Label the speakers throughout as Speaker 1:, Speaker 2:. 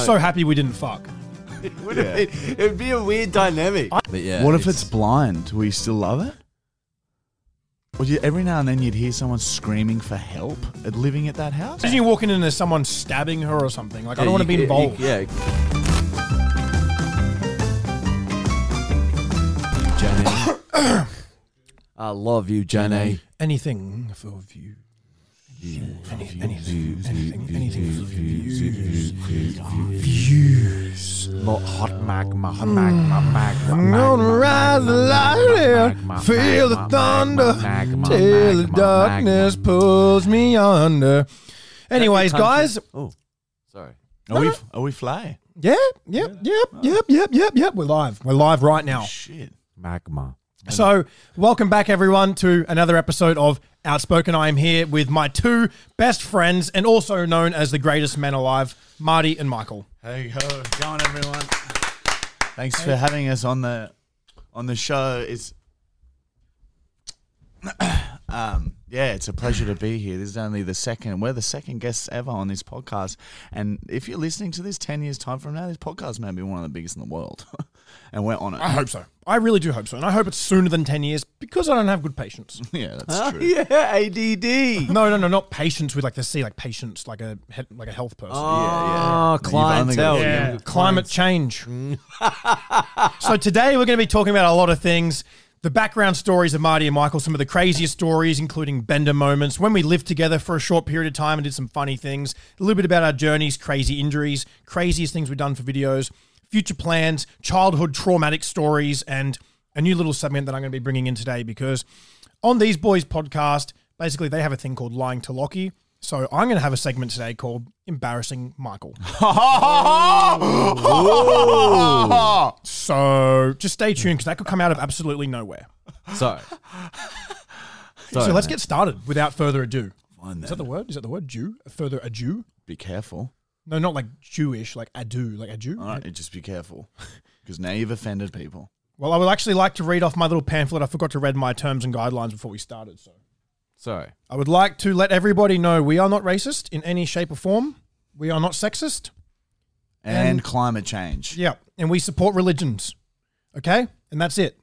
Speaker 1: so happy we didn't fuck.
Speaker 2: It would have been- it'd be a weird dynamic. But yeah,
Speaker 3: What if it's blind? Will you still love it? Would you, every now and then you'd hear someone screaming for help at living at that house?
Speaker 1: Imagine you walking in and there's someone stabbing her or something. Like I
Speaker 2: Yeah,
Speaker 1: don't want to
Speaker 2: you
Speaker 1: be
Speaker 2: could- you-
Speaker 1: involved.
Speaker 2: yeah,
Speaker 3: Janet.
Speaker 2: I love you, Jane.
Speaker 1: Anything for you. Any, anything, anything, anything for views. Views.
Speaker 2: Mo- Hot magma, hot magma, magma.
Speaker 1: I'm gonna Mm. rise the lightning, feel the thunder, till the darkness pulls me under. Anyways, guys,
Speaker 2: Oh, sorry.
Speaker 3: Are we are we fly?
Speaker 1: yeah, yep, yep, yep, yep, yep, yep. We're live. We're live right now.
Speaker 3: Shit.
Speaker 2: Magma.
Speaker 1: So, welcome back, everyone, to another episode of Outspoken. I am here with my two best friends, and also known as the greatest men alive, Marty and Michael.
Speaker 3: Hey go. Go on everyone. Thanks for having us on the on the show. It's um yeah, it's a pleasure to be here. This is only the second we're the second guests ever on this podcast. And if you're listening to this ten years time from now, this podcast may be one of the biggest in the world. and we're on it.
Speaker 1: I hope so. I really do hope so, and I hope it's sooner than ten years because I don't have good patience.
Speaker 3: yeah, that's true.
Speaker 2: Yeah, ADD.
Speaker 1: No, no, no, not patience with like the C, like patience, like a he- like a health person.
Speaker 2: Oh,
Speaker 3: You've only got
Speaker 2: clientele.
Speaker 3: a few.
Speaker 1: Yeah, climate change. so today we're going to be talking about a lot of things. The background stories of Marty and Michael, some of the craziest stories, including bender moments, when we lived together for a short period of time and did some funny things, a little bit about our journeys, crazy injuries, craziest things we've done for videos, future plans, childhood traumatic stories, and a new little segment that I'm going to be bringing in today because on these boys podcast, basically they have a thing called lying to Lockie. So I'm going to have a segment today called embarrassing Michael. So just stay tuned because that could come out of absolutely nowhere.
Speaker 2: Sorry.
Speaker 1: so let's get started without further ado.
Speaker 3: Fine
Speaker 1: Is that the
Speaker 3: then.
Speaker 1: word? Is that the word? Jew? Further ado?
Speaker 3: Be careful.
Speaker 1: No, not like Jewish, like ado, like ado.
Speaker 3: All right, just be careful. Because now you've offended people.
Speaker 1: Well, I would actually like to read off my little pamphlet. I forgot to read my terms and guidelines before we started. So
Speaker 2: Sorry.
Speaker 1: I would like to let everybody know we are not racist in any shape or form. We are not sexist.
Speaker 3: And,
Speaker 1: And-
Speaker 3: climate change.
Speaker 1: Yeah, and we support religions. Okay, and that's it.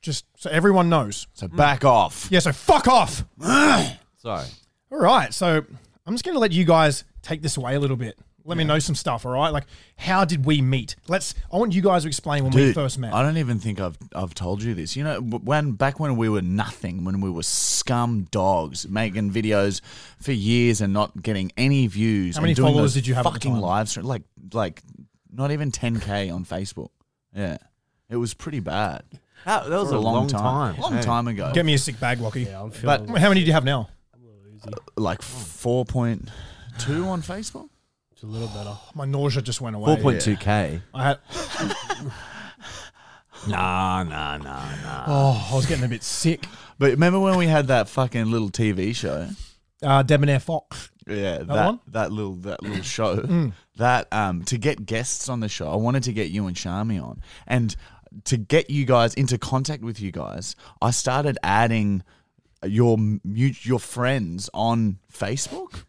Speaker 1: Just so everyone knows.
Speaker 3: So back off.
Speaker 1: Yeah. So fuck off.
Speaker 2: Sorry.
Speaker 1: All right, so I'm just going to let you guys take this away a little bit. Let me know some stuff, all right? Like, how did we meet? Let's. I want you guys to explain when we
Speaker 3: Dude,
Speaker 1: first met.
Speaker 3: I don't even think I've I've told you this. You know, w- when back when we were nothing, when we were scum dogs making videos for years and not getting any views.
Speaker 1: How
Speaker 3: and
Speaker 1: many
Speaker 3: doing
Speaker 1: followers
Speaker 3: those
Speaker 1: did you have at the
Speaker 3: Fucking
Speaker 1: time?
Speaker 3: live stream, like like not even 10k on Facebook. Yeah, it was pretty bad.
Speaker 2: That, that was
Speaker 3: For
Speaker 2: a, long, time.
Speaker 3: long
Speaker 2: Hey.
Speaker 3: time ago.
Speaker 1: Get me a sick bag, Lockie.
Speaker 4: Yeah, I'm
Speaker 3: But-
Speaker 4: feeling.
Speaker 1: How many do you have now?
Speaker 3: like 4.2 on Facebook.
Speaker 4: it's a little better.
Speaker 1: My nausea just went away.
Speaker 2: 4.2k.
Speaker 1: I had.
Speaker 2: Nah, nah, nah, nah.
Speaker 1: Oh, I was getting a bit sick.
Speaker 3: But remember when we had that fucking little TV show?
Speaker 1: Uh, Debonair Fox.
Speaker 3: Yeah, that
Speaker 1: one? Mm.
Speaker 3: that, little that little show that um to get guests on the show, I wanted to get you and Shami on, and to get you guys into contact with you guys, I started adding your mu- your friends on Facebook.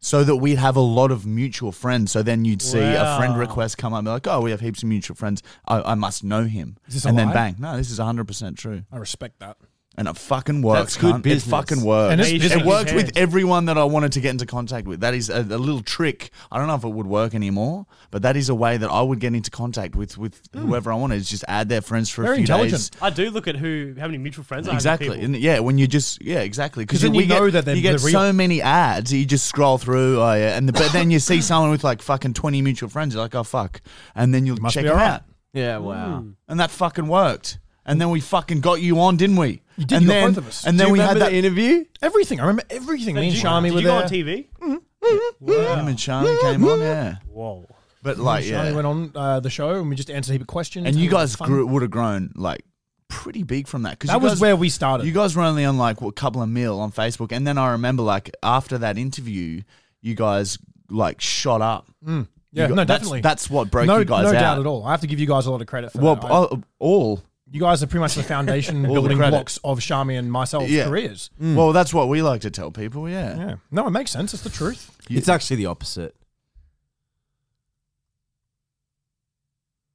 Speaker 3: So that we'd have a lot of mutual friends. So then you'd see a friend
Speaker 1: Wow.
Speaker 3: request come up, and be like, "Oh, we have heaps of mutual friends. I, I must know him."
Speaker 1: Is this a
Speaker 3: and then
Speaker 1: lie?
Speaker 3: bang, no, this is hundred percent true,
Speaker 1: I respect that.
Speaker 3: and it fucking works.
Speaker 2: That's good
Speaker 3: cunt.
Speaker 2: business.
Speaker 3: It fucking works
Speaker 1: And it's-
Speaker 4: Now you
Speaker 1: it
Speaker 4: shake
Speaker 3: it
Speaker 4: his
Speaker 3: worked
Speaker 4: hand.
Speaker 3: with everyone that I wanted to get into contact with. That is a, a little trick. I don't know if it would work anymore, but that is a way that I would get into contact with with whoever I wanted. Is just add their friends for
Speaker 1: Hmm. Very
Speaker 3: a few
Speaker 1: intelligent.
Speaker 3: days.
Speaker 4: I do look at who, how many mutual friends I have.
Speaker 3: Exactly.
Speaker 4: with people.
Speaker 3: And yeah, when you just yeah, exactly.
Speaker 1: 'Cause then
Speaker 3: we
Speaker 1: you know
Speaker 3: get,
Speaker 1: that they're-
Speaker 3: you get
Speaker 1: they're real.
Speaker 3: so many ads, you just scroll through. Oh yeah, and the, but then you see someone with like fucking twenty mutual friends. You're like, oh fuck, and then you'll
Speaker 1: Must
Speaker 3: check
Speaker 1: be
Speaker 3: them
Speaker 1: alright.
Speaker 3: out,
Speaker 2: Yeah, wow.
Speaker 3: and that fucking worked. And then we fucking got you on, didn't we? You
Speaker 1: did,
Speaker 3: And
Speaker 1: you got
Speaker 3: then
Speaker 1: both of us.
Speaker 3: and
Speaker 2: Do
Speaker 3: then
Speaker 2: you
Speaker 3: we had
Speaker 2: remember
Speaker 3: that
Speaker 2: the interview?
Speaker 1: Everything. I remember everything. Me and
Speaker 4: Did you-
Speaker 1: Sharmi
Speaker 4: did
Speaker 1: were
Speaker 4: you
Speaker 1: there.
Speaker 4: go on TV?
Speaker 3: Him and Shani came on, yeah.
Speaker 4: Whoa.
Speaker 3: But like, yeah,
Speaker 1: Sharmi went on uh, the show and we just answered a heap of questions.
Speaker 3: and
Speaker 1: It
Speaker 3: you
Speaker 1: was
Speaker 3: guys
Speaker 1: fun.
Speaker 3: grew would have grown like pretty big from that because
Speaker 1: That was where we started.
Speaker 3: you guys were only on like what, a couple of mil on Facebook, and then I remember like after that interview, you guys like shot up. You
Speaker 1: yeah,
Speaker 3: got-
Speaker 1: no,
Speaker 3: that's,
Speaker 1: definitely.
Speaker 3: That's what broke
Speaker 1: no,
Speaker 3: you guys
Speaker 1: no
Speaker 3: out.
Speaker 1: doubt at all. I have to give you guys a lot of credit for
Speaker 3: Well,
Speaker 1: that. I-
Speaker 3: all, all
Speaker 1: You guys are pretty much the foundation
Speaker 3: the
Speaker 1: building
Speaker 3: credit.
Speaker 1: blocks of Shami and myself's
Speaker 3: Yeah.
Speaker 1: careers.
Speaker 3: well, that's what we like to tell people. Yeah,
Speaker 1: Yeah. No, it makes sense. It's the truth.
Speaker 2: It's actually the opposite.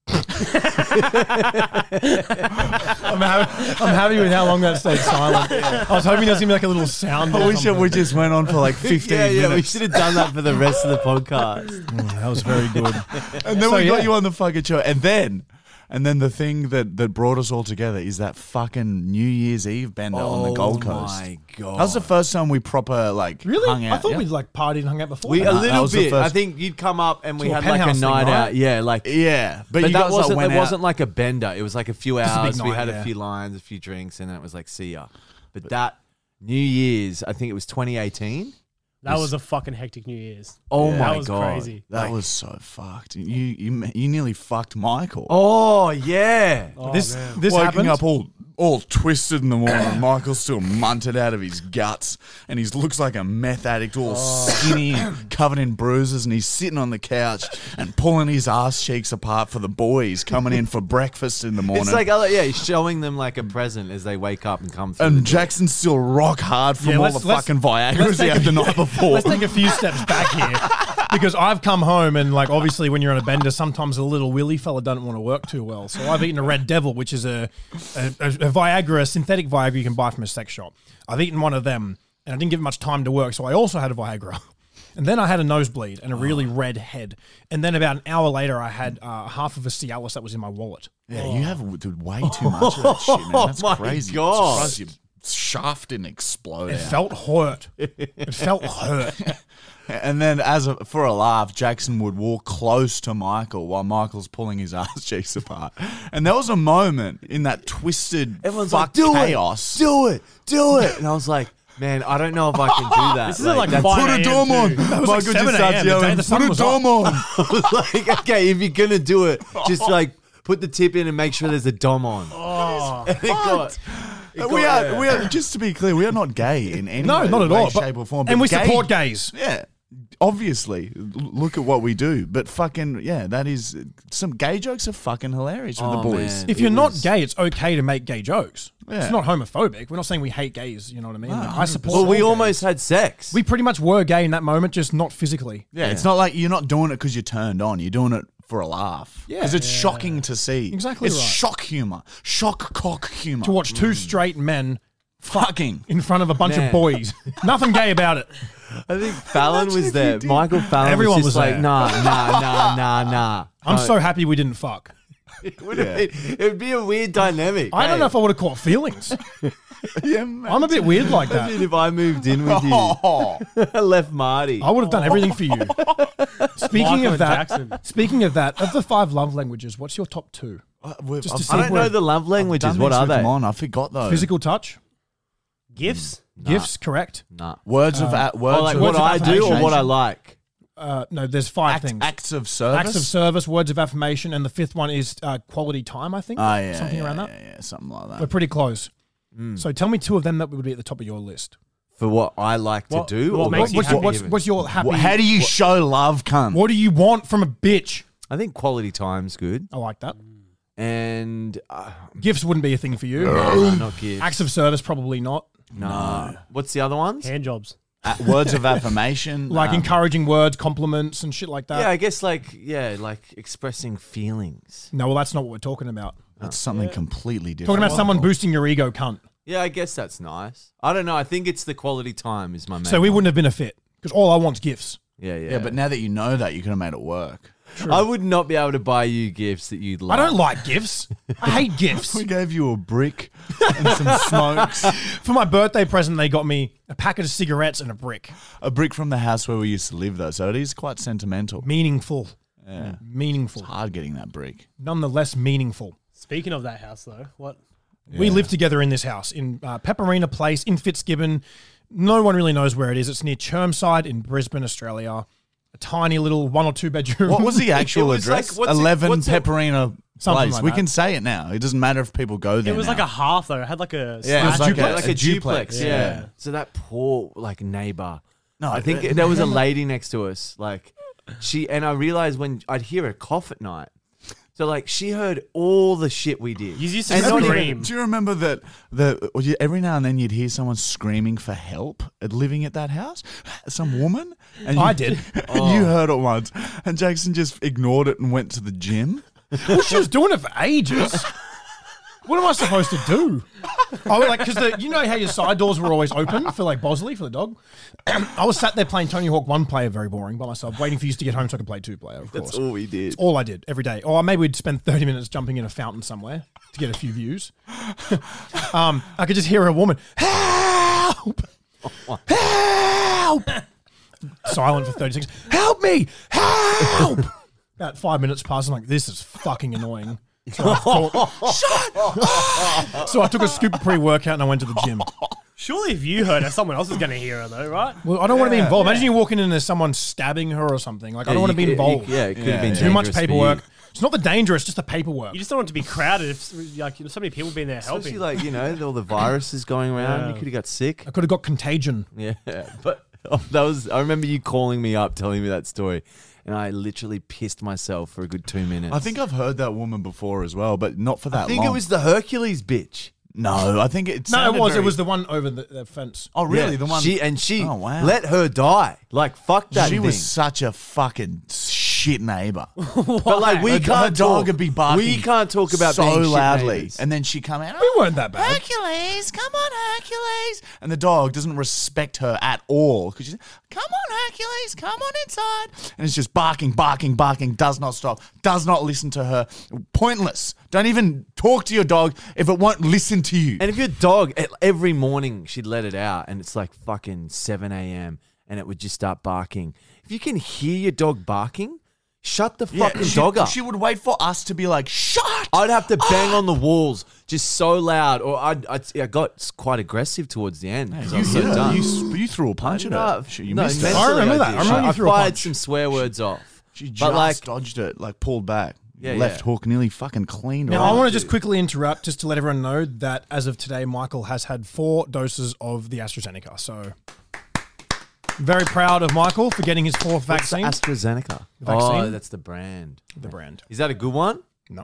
Speaker 1: I'm, happy, I'm happy with how long that stayed silent. I was hoping there was going to be like a little sound.
Speaker 3: I
Speaker 1: or
Speaker 3: wish it
Speaker 1: something.
Speaker 3: we just went on for like 15
Speaker 2: yeah, yeah, we
Speaker 3: minutes.
Speaker 2: should have done that for the rest of the podcast.
Speaker 1: Mm, that was very good.
Speaker 3: and then
Speaker 1: So,
Speaker 3: we
Speaker 1: yeah.
Speaker 3: got you on the fucking show. And then, and then the thing that, that brought us all together is that fucking New Year's Eve bender on the Gold Coast.
Speaker 2: Oh my god,
Speaker 3: That was the first time we proper like hung
Speaker 1: Really?
Speaker 3: out.
Speaker 1: I thought
Speaker 3: yeah.
Speaker 1: we'd like partied and hung out before.
Speaker 2: we
Speaker 1: that.
Speaker 2: a
Speaker 3: that
Speaker 2: little
Speaker 3: was the
Speaker 2: bit.
Speaker 3: first-
Speaker 2: I think you'd come up and we
Speaker 1: To a
Speaker 2: had like a
Speaker 1: penthouse thing,
Speaker 2: night
Speaker 1: right?
Speaker 2: out. Yeah, like
Speaker 3: Yeah,
Speaker 2: But
Speaker 3: but, you
Speaker 2: that
Speaker 3: guys like,
Speaker 2: wasn't
Speaker 3: went
Speaker 2: it
Speaker 3: out-
Speaker 2: wasn't like a bender. It was like a few
Speaker 1: a big
Speaker 2: hours. we
Speaker 1: night,
Speaker 2: had
Speaker 1: yeah.
Speaker 2: a few lines, a few drinks, and then it was like see ya. But that New Year's, I think it was 2018.
Speaker 4: That was a fucking hectic New Year's.
Speaker 2: Oh
Speaker 4: Yeah.
Speaker 2: my
Speaker 4: That was
Speaker 2: god,
Speaker 4: crazy.
Speaker 3: That was so fucked. You you you nearly fucked Michael.
Speaker 2: Oh yeah.
Speaker 4: Oh,
Speaker 1: this
Speaker 4: man.
Speaker 1: this
Speaker 3: Waking
Speaker 1: happened.
Speaker 3: up all all twisted in the morning. Michael's still munted out of his guts, and he looks like a meth addict, all
Speaker 1: Oh.
Speaker 3: skinny, covered in bruises, and he's sitting on the couch and pulling his ass cheeks apart for the boys coming in for breakfast in the morning.
Speaker 2: It's like other, yeah, he's showing them like a present as they wake up and come through.
Speaker 3: and
Speaker 2: the door.
Speaker 3: Jackson's still rock hard from
Speaker 1: Yeah,
Speaker 3: all
Speaker 1: let's-
Speaker 3: the
Speaker 1: let's-
Speaker 3: fucking Viagra's he had the night before.
Speaker 1: Let's take a few steps back here because I've come home and like obviously when you're on a bender, sometimes a little willy fella doesn't want to work too well. So I've eaten a Red Devil, which is a a, a Viagra, a synthetic Viagra you can buy from a sex shop. I've eaten one of them, and I didn't give it much time to work, so I also had a Viagra. And then I had a nosebleed and a really
Speaker 3: Ah.
Speaker 1: red head. And then about an hour later, I had uh, half of a Cialis that was in my wallet.
Speaker 3: Yeah, you have w- dude, way too much of that shit, man. That's
Speaker 1: Oh
Speaker 2: my
Speaker 3: crazy.
Speaker 2: God.
Speaker 3: I'm surprised your shaft didn't explode
Speaker 1: It
Speaker 3: out.
Speaker 1: felt hurt. It felt hurt.
Speaker 3: And then, as a, for a laugh, Jackson would walk close to Michael while Michael's pulling his ass cheeks apart. And there was a moment in that twisted
Speaker 2: Everyone's
Speaker 3: fuck
Speaker 2: like, "Do
Speaker 3: chaos.
Speaker 2: it, do it, do it," and I was like, "Man, I don't know if I can do that."
Speaker 4: This isn't like
Speaker 2: that's-
Speaker 4: five
Speaker 3: Put
Speaker 4: 9
Speaker 3: a
Speaker 4: a.m.
Speaker 3: dom
Speaker 4: too.
Speaker 3: on.
Speaker 4: That
Speaker 1: was like 7 a.m. the day the sun
Speaker 3: Put a
Speaker 1: was up."
Speaker 3: dom on.
Speaker 2: like, okay, if you're gonna do it, just like put the tip in and make sure there's a dom on. Oh, it got, it got-
Speaker 3: we,
Speaker 2: yeah.
Speaker 3: are, we are, just to be clear, we are not gay in any
Speaker 1: No, not at
Speaker 3: way,
Speaker 1: all. but-
Speaker 3: shape, or form.
Speaker 1: and
Speaker 3: but
Speaker 1: we
Speaker 3: gay-
Speaker 1: support gays.
Speaker 3: Yeah. Obviously, L- look at what we do, but fucking yeah, that is some gay jokes are fucking hilarious with
Speaker 2: Oh,
Speaker 3: the boys.
Speaker 2: man.
Speaker 1: If
Speaker 2: It
Speaker 1: you're not
Speaker 2: was-
Speaker 1: gay, it's okay to make gay jokes.
Speaker 3: Yeah.
Speaker 1: It's not homophobic. We're not saying we hate gays. You know what I mean? Like, I support.
Speaker 2: Well, we
Speaker 1: all
Speaker 2: almost had sex.
Speaker 1: we pretty much were gay in that moment, just not physically.
Speaker 3: Yeah, it's not like you're not doing it because you're turned on. You're doing it for a laugh.
Speaker 1: Yeah.
Speaker 3: because it's shocking to see.
Speaker 1: Exactly
Speaker 3: it's
Speaker 1: right.
Speaker 3: shock humor, shock cock humor.
Speaker 1: To watch two straight men
Speaker 3: fucking
Speaker 1: in front of a bunch
Speaker 2: Mm. Man.
Speaker 1: of boys, nothing gay about it.
Speaker 2: I think Fallon
Speaker 3: Imagine
Speaker 2: was
Speaker 3: if you
Speaker 2: there.
Speaker 3: did.
Speaker 2: Michael Fallon
Speaker 1: Everyone
Speaker 2: was,
Speaker 1: was
Speaker 2: just like,
Speaker 1: there.
Speaker 2: nah, nah, nah, nah, nah.
Speaker 1: I'm so happy we didn't fuck.
Speaker 2: It would have been, it'd be a weird dynamic.
Speaker 1: I don't know
Speaker 2: hey.
Speaker 1: if I would have caught feelings.
Speaker 3: yeah, man.
Speaker 1: I'm a bit weird like that.
Speaker 2: Imagine if I moved in with you,
Speaker 3: Oh,
Speaker 2: I left Marty.
Speaker 1: I would have done everything for you. Speaking
Speaker 4: Michael
Speaker 1: of
Speaker 4: and
Speaker 1: that,
Speaker 4: Jackson.
Speaker 1: speaking of that, of the five love languages, what's your top two? Just to
Speaker 3: I've
Speaker 1: see
Speaker 2: I don't know
Speaker 1: where-
Speaker 2: the love languages.
Speaker 3: done
Speaker 2: What
Speaker 3: these
Speaker 2: are
Speaker 3: with
Speaker 2: they?
Speaker 3: Mon. I forgot though.
Speaker 1: Physical touch,
Speaker 4: Gifts?
Speaker 3: Mm.
Speaker 1: gifts, correct?
Speaker 2: Nah.
Speaker 3: words of
Speaker 1: uh, oh,
Speaker 3: at words.
Speaker 2: Or like
Speaker 3: of
Speaker 2: what
Speaker 1: words of
Speaker 2: I do or what I like.
Speaker 1: Uh, no, there's five
Speaker 3: act,
Speaker 1: things.
Speaker 3: acts of service.
Speaker 1: acts of service, words of affirmation, and the fifth one is uh, quality time. I think
Speaker 3: Oh, yeah,
Speaker 1: something
Speaker 3: yeah,
Speaker 1: around that.
Speaker 3: Yeah, Hmm. yeah, something like that.
Speaker 1: We're pretty close. So tell me two of them that would be at the top of your list.
Speaker 2: For what I like
Speaker 4: What-
Speaker 2: to do.
Speaker 4: what
Speaker 2: or
Speaker 4: makes you
Speaker 1: What's,
Speaker 4: happy
Speaker 1: your, what's,
Speaker 2: even?
Speaker 1: what's your happy?
Speaker 3: Wha- how do you show love, cunt?
Speaker 1: what do you want from a bitch?
Speaker 2: I think quality time's good.
Speaker 1: I like that.
Speaker 2: And uh,
Speaker 1: Gifts wouldn't be a thing for you.
Speaker 2: no, not gifts.
Speaker 1: Acts of service probably not.
Speaker 2: No. What's the other ones?
Speaker 4: Hand jobs.
Speaker 3: Uh, words of affirmation.
Speaker 1: Like
Speaker 3: um,
Speaker 1: encouraging words, compliments, and shit like that.
Speaker 2: Yeah, I guess like yeah, like expressing feelings.
Speaker 1: No, well, that's not what we're talking about.
Speaker 3: that's something completely different.
Speaker 1: Talking about someone boosting your ego, cunt.
Speaker 2: Yeah, I guess that's nice. I don't know. I think it's the quality time is my main.
Speaker 1: So we wouldn't have been a fit because all I want's gifts.
Speaker 2: Yeah, yeah.
Speaker 3: Yeah, but now that you know that, you could have made it work.
Speaker 2: I would not be able to buy you gifts that you'd
Speaker 1: I
Speaker 2: like.
Speaker 1: don't like gifts. I hate gifts.
Speaker 3: We gave you a brick and some smokes.
Speaker 1: For my birthday present, they got me a packet of cigarettes and a brick.
Speaker 3: a brick from the house where we used to live, though, so it is quite sentimental.
Speaker 1: Meaningful. Mm,
Speaker 3: Yeah.
Speaker 1: Meaningful.
Speaker 3: Hard getting that brick.
Speaker 1: Nonetheless, meaningful.
Speaker 4: Speaking of that house, though, what?
Speaker 1: We live together in this house in uh, Pepperina Place in Fitzgibbon. No one really knows where it is. It's near Chermside in Brisbane, Australia. A tiny little one or two bedroom.
Speaker 3: What was the actual
Speaker 2: was like-
Speaker 3: address?
Speaker 2: what's it-
Speaker 3: Eleven
Speaker 2: what's it-
Speaker 3: Pepperina
Speaker 1: Something
Speaker 3: Place.
Speaker 1: like
Speaker 3: we
Speaker 1: that.
Speaker 3: can say it now. It doesn't matter if people go there.
Speaker 4: It was
Speaker 3: now.
Speaker 4: like a half, though. It had like a.
Speaker 3: yeah, it was
Speaker 4: slash-
Speaker 3: like
Speaker 2: Duplex,
Speaker 3: a,
Speaker 2: like a, duplex, yeah. So that poor like neighbor.
Speaker 3: No,
Speaker 2: I think
Speaker 3: it-
Speaker 2: there was a lady next to us. Like she and I realized when I'd hear her cough at night. So like she heard all the shit we did.
Speaker 4: You used to
Speaker 2: And not even-
Speaker 4: scream.
Speaker 3: Do you remember that the well, you- every now and then you'd hear someone screaming for help at living at that house? Some woman? And
Speaker 1: I did.
Speaker 2: Oh.
Speaker 3: and You heard it once. And Jackson just ignored it and went to the gym.
Speaker 1: Well, she was doing it for ages. What am I supposed to do? I was like, because you know how your side doors were always open for like Bosley for the dog. I was sat there playing Tony Hawk one player, very boring by myself, waiting for you to get home so I could play two player. Of course,
Speaker 2: That's all we did.
Speaker 1: all I did every day. Or maybe we'd spend 30 minutes jumping in a fountain somewhere to get a few views. um, I could just hear a woman, help! Help! Silent for 30 seconds. Help me! Help! About five minutes passed. I'm like, this is fucking annoying. So I, thought, Shut up! so I took a scoop pre workout and I went to the gym.
Speaker 4: Surely if you heard her, someone else is going to hear her though, right?
Speaker 1: Well, I don't want to be involved. Imagine you walking in and there's someone stabbing her or something. Like, I don't want to be involved.
Speaker 2: yeah, it could have been
Speaker 1: Too much
Speaker 2: dangerous for you.
Speaker 1: paperwork. It's not the danger, it's just the paperwork.
Speaker 4: You just don't want to be crowded if like so many people being there helping.
Speaker 2: Especially like you know all the viruses going around. You
Speaker 4: Yeah.
Speaker 2: could have got sick.
Speaker 1: I could have got contagion.
Speaker 2: Yeah, but oh, that was. I remember you calling me up, telling me that story, and I literally pissed myself for a good two minutes.
Speaker 3: I think I've heard that woman before as well, but not for that
Speaker 2: I think
Speaker 3: long.
Speaker 2: it was the Hercules bitch.
Speaker 3: no. I think it.
Speaker 1: No, it
Speaker 3: sounded
Speaker 1: was.
Speaker 3: very-
Speaker 1: It was the one over the, the fence.
Speaker 3: Oh, really?
Speaker 2: Yeah,
Speaker 3: The one
Speaker 2: She and she
Speaker 3: Oh, wow.
Speaker 2: let her die. Like fuck that.
Speaker 3: she was
Speaker 2: thing.
Speaker 3: such a fucking shit neighbor.
Speaker 2: But like we
Speaker 3: Her-
Speaker 2: can't
Speaker 3: her dog
Speaker 2: talk.
Speaker 3: would be barking.
Speaker 2: We can't talk about
Speaker 3: so
Speaker 2: being shit
Speaker 3: loudly,
Speaker 2: neighbors.
Speaker 3: and then she come out. "Oh,
Speaker 1: We weren't that bad.
Speaker 3: Hercules, come on, Hercules! And the dog doesn't respect her at all because she's come on, Hercules, come on inside, and it's just barking, barking, barking. Does not stop. Does not listen to her. Pointless. Don't even talk to your dog if it won't listen to you.
Speaker 2: And if your dog e- every morning she'd let it out, and it's like fucking seven a.m. and it would just start barking. If you can hear your dog barking, shut the
Speaker 3: Yeah,
Speaker 2: fucking
Speaker 3: she,
Speaker 2: dog up.
Speaker 3: She would wait for us to be like, shut.
Speaker 2: I'd have to bang on the walls just so loud, or I'd, I'd, I got s- quite aggressive towards the end because I
Speaker 3: You
Speaker 2: was so
Speaker 3: hit her.
Speaker 2: done.
Speaker 3: You, sp- you threw a punch at
Speaker 2: No,
Speaker 3: her. She, you
Speaker 2: no,
Speaker 3: missed
Speaker 2: mentally
Speaker 3: her.
Speaker 1: I remember that.
Speaker 2: did.
Speaker 1: I remember you threw a
Speaker 2: fired
Speaker 1: punch.
Speaker 2: some swear words off.
Speaker 3: She just
Speaker 2: but like,
Speaker 3: dodged it, like pulled back.
Speaker 2: Yeah,
Speaker 3: left
Speaker 2: yeah.
Speaker 3: hook nearly fucking cleaned her.
Speaker 1: Now, I
Speaker 3: up.
Speaker 1: want to just quickly interrupt just to let everyone know that as of today, Michael has had four doses of the AstraZeneca. So, very proud of Michael for getting his fourth vaccine.
Speaker 2: AstraZeneca. Oh,
Speaker 1: Vaccine?
Speaker 2: that's the brand.
Speaker 1: the brand.
Speaker 2: Is that a good one?
Speaker 1: No.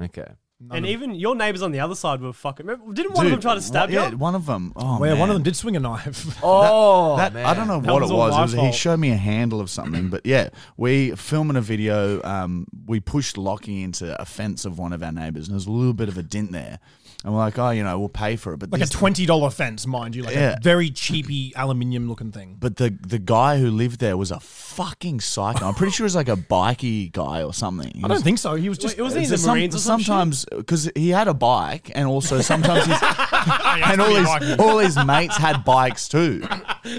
Speaker 2: Okay.
Speaker 4: and even your neighbors on the other side were fucking. Remember, didn't one of them try to stab
Speaker 3: one,
Speaker 4: you?
Speaker 3: Yeah, one of them. Oh,
Speaker 1: Where one of
Speaker 3: man.
Speaker 1: them did swing a knife.
Speaker 2: Oh,
Speaker 3: That, I don't know
Speaker 4: That
Speaker 3: what
Speaker 4: was
Speaker 3: it
Speaker 4: all
Speaker 3: was.
Speaker 4: my
Speaker 3: It was- he
Speaker 4: fault.
Speaker 3: showed me a handle of something, but yeah, we filming a video. Um, we pushed Lockie into a fence of one of our neighbors, and there's a little bit of a dint there. And we're like, oh, you know, we'll pay for it, but
Speaker 1: like a
Speaker 3: this
Speaker 1: $20 fence, mind you. Like
Speaker 3: Yeah.
Speaker 1: a very cheapy aluminium looking thing.
Speaker 3: But the the guy who lived there was a fucking psycho. I'm pretty sure it was like a bikey guy or something. He
Speaker 1: I
Speaker 3: was-
Speaker 1: don't think so. He was just.
Speaker 4: Wait, it wasn't
Speaker 3: is
Speaker 4: in the
Speaker 3: it some-
Speaker 4: Marines or some shit?
Speaker 3: sometimes because he had a bike, and also sometimes he's
Speaker 1: Ah,
Speaker 3: and all his all his mates had bikes too.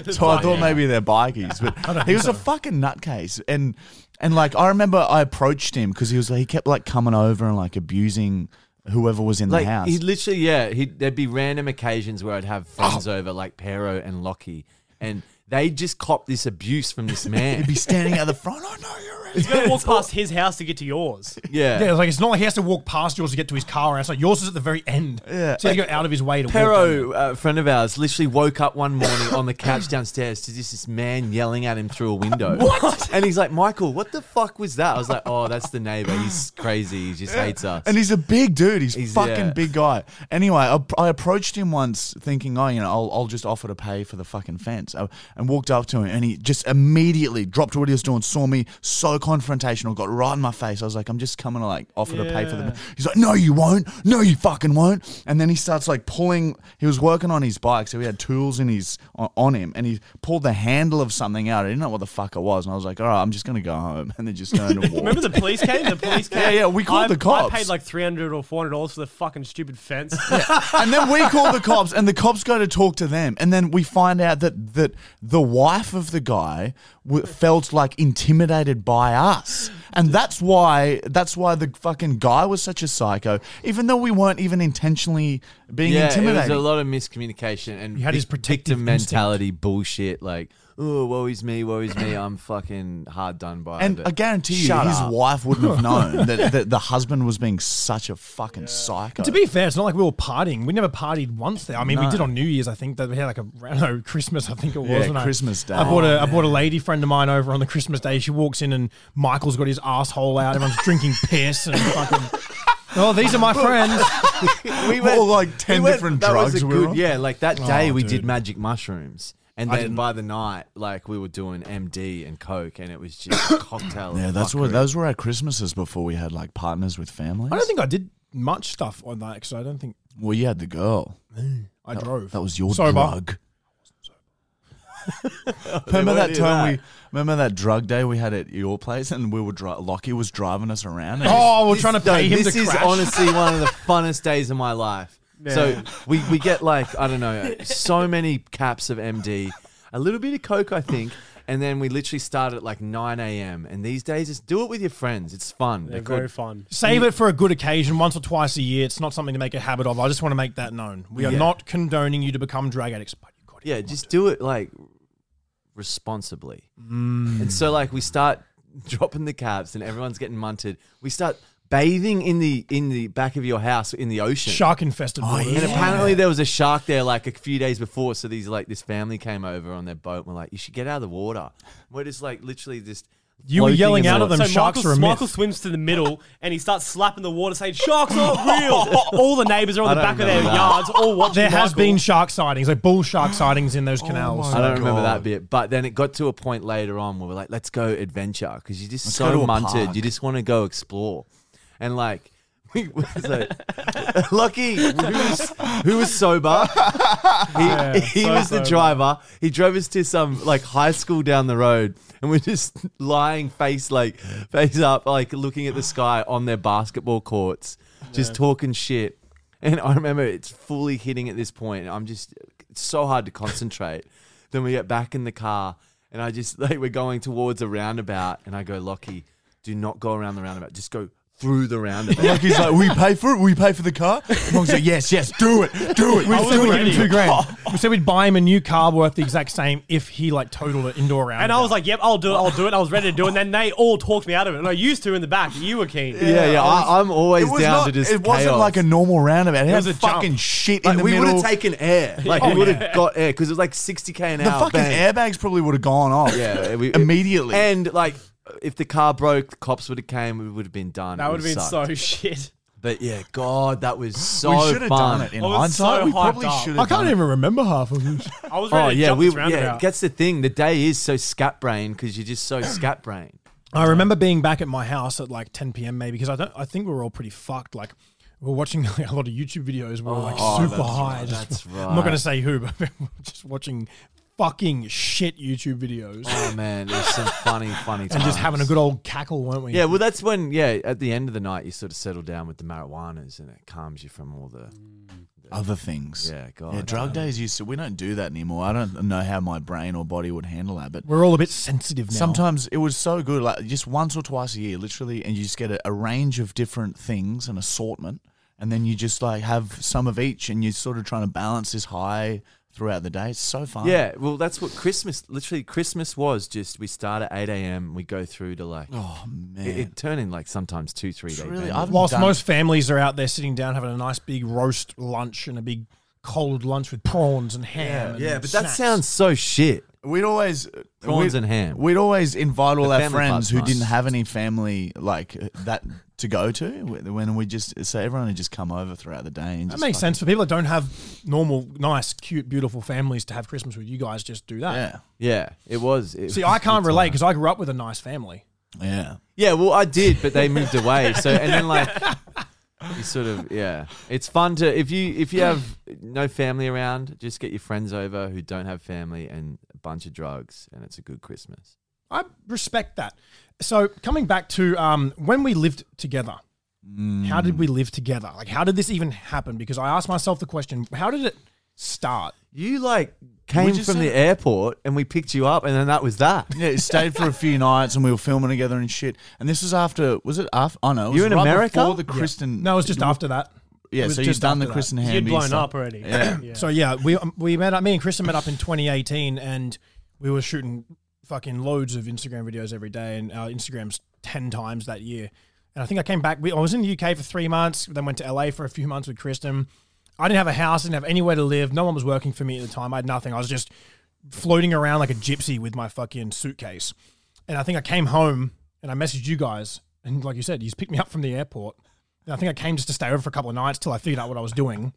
Speaker 3: so I thought maybe they're bikies, but he was a fucking nutcase. And and like I remember, I approached him because he was he kept like coming over and like abusing whoever was in
Speaker 2: Like
Speaker 3: the house.
Speaker 2: he literally, yeah. He there'd be random occasions where I'd have friends
Speaker 3: Oh.
Speaker 2: over, like Pero and Lockie, and they just cop this abuse from this man.
Speaker 3: He'd be standing out the front. I know you're. in."
Speaker 4: You gotta walk past his house to get to yours.
Speaker 2: yeah.
Speaker 1: Yeah, like it's not like he has to walk past yours to get to his car. And it's like yours is at the very end. Yeah. So he had to go out of his way to walk. down there.
Speaker 2: Pero, a friend of ours, literally woke up one morning on the couch downstairs to just this man yelling at him through a window. What? And he's like, Michael, what the fuck was that? I was like, oh, that's the neighbor. He's crazy. He just hates us.
Speaker 3: And he's a big dude. He's,
Speaker 2: He's-
Speaker 3: fucking
Speaker 2: yeah.
Speaker 3: big guy. Anyway, I, I approached him once, thinking, oh, you know, I'll, I'll just offer to pay for the fucking fence, I, and walked up to him, and he just immediately dropped what he was doing, saw me, so confrontational, got right in my face. I was like, I'm just coming to like offer to pay for the. He's like, no, you won't. No, you fucking won't. And then he starts like pulling. He was working on his bike, so he had tools in his on, on him, and he pulled the handle of something out. I didn't know what the fuck it was, and I was like, all right, I'm just gonna go home, and then just turned and walked.
Speaker 4: Remember the police came? The police came.
Speaker 3: Yeah, yeah, we called
Speaker 4: I,
Speaker 3: the cops.
Speaker 4: I paid like 300 or 400 dollars for the fucking stupid fence.
Speaker 3: and then we call the cops, and the cops go to talk to them, and then we find out that that the wife of the guy w- felt like intimidated by us, and that's why that's why the fucking guy was such a psycho, even though we weren't even intentionally being
Speaker 2: yeah, it was
Speaker 3: intimidated.
Speaker 2: a lot of miscommunication and
Speaker 1: He had his
Speaker 2: vic-
Speaker 1: protective
Speaker 2: victim
Speaker 1: instinct.
Speaker 2: mentality bullshit. Like, oh, woe is me, woe is me. I'm fucking hard done by.
Speaker 3: and
Speaker 2: but
Speaker 3: I guarantee you,
Speaker 2: shut
Speaker 3: his
Speaker 2: up.
Speaker 3: wife wouldn't have known that, that the husband was being such a fucking psycho.
Speaker 1: To be fair, it's not like we were partying. We never partied once there. I mean, we did on New Year's, I think. That we had like a I don't know, Christmas, I think it was.
Speaker 3: Yeah,
Speaker 1: and I-
Speaker 3: Christmas Day.
Speaker 1: I bought a I bought a lady friend of mine over on the Christmas day. She walks in and Michael's got his asshole out. Everyone's drinking piss and fucking. Oh, these are my friends.
Speaker 2: we
Speaker 3: Well, like 10 different
Speaker 2: that was
Speaker 3: drugs
Speaker 2: a
Speaker 3: we were on.
Speaker 2: yeah, like that day we
Speaker 1: Oh, dude.
Speaker 2: did magic mushrooms, And then by the night, like we were doing MD and Coke, and it was just cocktail.
Speaker 3: Yeah,
Speaker 2: and
Speaker 3: that's what
Speaker 2: fuckery.
Speaker 3: those were our Christmases before we had like partners with families.
Speaker 1: I don't think I did much stuff on that because I don't think
Speaker 3: Well, you had the girl.
Speaker 1: I drove.
Speaker 3: That was your
Speaker 1: Sober.
Speaker 3: drug. remember
Speaker 2: weren't
Speaker 3: that
Speaker 2: even
Speaker 3: time
Speaker 2: that.
Speaker 3: we remember that drug day we had at your place, and we were dri- Lockie was driving us around. And
Speaker 1: Oh, we're trying to
Speaker 2: This- no,
Speaker 1: pay him
Speaker 2: This
Speaker 1: to
Speaker 2: is
Speaker 1: crash.
Speaker 2: honestly one of the funnest days of my life. So we, we get like I don't know so many caps of MD, a little bit of coke I think, and then we literally start at like nine a.m. And these days, just do it with your friends. It's fun.
Speaker 4: They're
Speaker 2: They're
Speaker 4: very
Speaker 2: called-
Speaker 4: fun.
Speaker 1: Save it for a good occasion, once or twice a year. It's not something to make a habit of. I just want to make that known. We are
Speaker 2: Yeah.
Speaker 1: not condoning you to become drug addicts, but you could.
Speaker 2: yeah, just do it like responsibly.
Speaker 1: Mm.
Speaker 2: And so like we start dropping the caps, and everyone's getting munted. We start bathing in the in the back of your house in the ocean.
Speaker 1: Shark infested waters.
Speaker 2: And apparently there was a shark there like a few days before. So these like this family came over on their boat and were like, "You should get out of the water." We're just like literally just.
Speaker 1: You were
Speaker 2: floating
Speaker 1: yelling
Speaker 2: in the
Speaker 1: out at
Speaker 2: water.
Speaker 1: them,
Speaker 4: So
Speaker 1: sharks
Speaker 4: Michael,
Speaker 1: are a myth.
Speaker 4: Michael swims to the middle and he starts slapping the water, saying, "Sharks aren't real." All the neighbors are on the
Speaker 2: I don't
Speaker 4: back of their
Speaker 2: remember that.
Speaker 4: yards, all watching.
Speaker 1: There has
Speaker 4: Michael.
Speaker 1: been shark sightings, like bull shark sightings in those canals.
Speaker 2: I
Speaker 3: my
Speaker 2: don't remember
Speaker 3: God.
Speaker 1: Oh,
Speaker 2: that bit, but then it got to a point later on where we're like, "Let's go adventure," because you're just
Speaker 3: go to
Speaker 2: so
Speaker 3: a
Speaker 2: munted,
Speaker 3: park.
Speaker 2: you just want to go explore, and like. We was like, Lucky, who was, who was sober, he, he
Speaker 4: so
Speaker 2: was the
Speaker 4: sober.
Speaker 2: driver. He drove us to some like high school down the road, and we're just lying face like face up, like looking at the sky on their basketball courts, just talking shit. And I remember it's fully hitting at this point. and I'm just it's so hard to concentrate. then we get back in the car, and I just like we're going towards a roundabout, and I go, Lockie, do not go around the roundabout. Just go through the roundabout.
Speaker 3: Lockie's like, we pay for it. We pay for the car. And Mum's like, yes, yes, do it, do it.
Speaker 1: We
Speaker 3: We'll
Speaker 1: said
Speaker 3: do
Speaker 1: we'd
Speaker 3: it. Oh,
Speaker 1: give him two grand. We said we'd buy him a new car worth the exact same if he like totaled it indoor round.
Speaker 4: And I was like, "Yep, I'll do it. I'll do it." I was ready to do it, and then they all talked me out of it. And I used to in the back. You were keen.
Speaker 2: Yeah, yeah. I, I'm
Speaker 3: It,
Speaker 2: always
Speaker 3: was
Speaker 2: down
Speaker 3: not,
Speaker 2: to just.
Speaker 3: it wasn't
Speaker 2: chaos.
Speaker 3: like a normal roundabout. It,
Speaker 1: was
Speaker 3: was
Speaker 1: a
Speaker 3: had
Speaker 1: jump.
Speaker 3: fucking shit in
Speaker 2: Like,
Speaker 3: the
Speaker 2: we would
Speaker 3: middle.
Speaker 2: have taken air. Like we would have got air because it was like 60k an
Speaker 3: the
Speaker 2: hour.
Speaker 3: fucking
Speaker 2: bang.
Speaker 3: airbags probably would have gone off.
Speaker 2: Yeah, we-
Speaker 3: immediately.
Speaker 2: And like, if the car broke, the cops would have came. We would have been done.
Speaker 4: that
Speaker 2: It
Speaker 4: would have been
Speaker 2: sucked.
Speaker 4: so shit.
Speaker 2: But yeah, God, that was so
Speaker 3: we should have
Speaker 2: fun.
Speaker 3: done it in
Speaker 4: I was so
Speaker 3: hindsight. we
Speaker 4: hyped
Speaker 3: probably
Speaker 4: up.
Speaker 3: should
Speaker 1: I
Speaker 3: have.
Speaker 1: can't
Speaker 3: done
Speaker 1: even remember half of this.
Speaker 4: I was ready
Speaker 2: Oh
Speaker 4: to
Speaker 2: yeah,
Speaker 4: jump
Speaker 2: we
Speaker 4: this
Speaker 2: yeah.
Speaker 4: roundabout.
Speaker 2: That's the thing. The day is so scat brain because you're just so scat brain.
Speaker 1: I remember being back at my house at like 10 p.m. maybe because I don't. I think we were all pretty fucked. Like we we're watching like, a lot of YouTube videos. We were like super high. just-
Speaker 2: that's
Speaker 1: I'm not
Speaker 2: right.
Speaker 1: going to say who, but we were just watching fucking shit YouTube videos
Speaker 2: Oh man, there's some funny, funny. Times.
Speaker 1: and just having a good old cackle, weren't we?
Speaker 2: Yeah, well, that's when yeah. At the end of the night, you sort of settle down with the marijuanas, and it calms you from all the
Speaker 3: other things.
Speaker 2: Yeah, God.
Speaker 3: Yeah, drug days used to. We don't do that anymore. I don't know how my brain or body would handle that, but.
Speaker 1: We're all a bit sensitive now.
Speaker 3: Sometimes it was so good, like just once or twice a year, literally, and you just get a, a range of different things, an assortment, and then you just like have some of each, and you're sort of trying to balance this high throughout the day. It's so fun.
Speaker 2: Yeah, well, that's what Christmas. Literally, Christmas was just we start at eight a.m. We go through to like
Speaker 3: Oh man.
Speaker 2: it, it turned in like sometimes two, three days.
Speaker 3: really, I've
Speaker 1: Whilst
Speaker 3: done-
Speaker 1: most families are out there sitting down having a nice big roast lunch and a big cold lunch with prawns and ham. and
Speaker 2: yeah, but that
Speaker 1: snacks.
Speaker 2: sounds so shit.
Speaker 3: We'd always
Speaker 2: Prawns
Speaker 3: we'd-
Speaker 2: and ham.
Speaker 3: We'd always invite all
Speaker 2: The
Speaker 3: our
Speaker 2: family
Speaker 3: friends
Speaker 2: part's
Speaker 3: who
Speaker 2: nice.
Speaker 3: didn't have any family like uh, that to go to. wh- When we just so everyone would just come over throughout the day. And
Speaker 1: That
Speaker 3: just
Speaker 1: makes
Speaker 3: fucking-
Speaker 1: sense for people that don't have normal, nice, cute, beautiful families to have Christmas with. You guys just do that.
Speaker 2: Yeah, it was. It
Speaker 1: See,
Speaker 2: was
Speaker 1: I
Speaker 2: a
Speaker 1: can't
Speaker 2: good
Speaker 1: relate
Speaker 2: time.
Speaker 1: because I grew up with a nice family.
Speaker 3: Yeah, yeah.
Speaker 2: Yeah, well, I did, but they moved away. So and then like you sort of yeah, it's fun to if you if you have no family around, just get your friends over who don't have family and a bunch of drugs, and it's a good Christmas.
Speaker 1: I respect that. So coming back to um, when we lived together, how did we live together? Like, how did this even happen? Because I asked myself the question: How did it start?
Speaker 2: You like came
Speaker 3: just
Speaker 2: from
Speaker 3: say-
Speaker 2: the airport and we picked you up, and then that was that.
Speaker 3: Yeah, it stayed for a few nights and we were filming together and shit. And this was after, was it after? I know. it was
Speaker 2: You in
Speaker 3: right
Speaker 2: America?
Speaker 3: Before the Kristen.
Speaker 1: No, it was just after that.
Speaker 3: Yeah,
Speaker 1: it was
Speaker 3: so
Speaker 1: just
Speaker 3: you'd done
Speaker 1: after
Speaker 3: the
Speaker 1: that.
Speaker 3: Kristen
Speaker 4: You'd
Speaker 3: Hamby
Speaker 4: blown
Speaker 3: stuff.
Speaker 4: up already.
Speaker 3: Yeah.
Speaker 1: So yeah, we um, we met up. Me and Kristen met up in 2018, and we were shooting fucking loads of Instagram videos every day, and our Instagrams ten times that year. And I think I came back. We, I was in the UK for three months, then went to LA for a few months with Kristen. I didn't have a house, didn't have anywhere to live. No one was working for me at the time. I had nothing. I was just floating around like a gypsy with my fucking suitcase. And I think I came home and I messaged you guys, and like you said, you picked me up from the airport. And I think I came just to stay over for a couple of nights till I figured out what I was doing.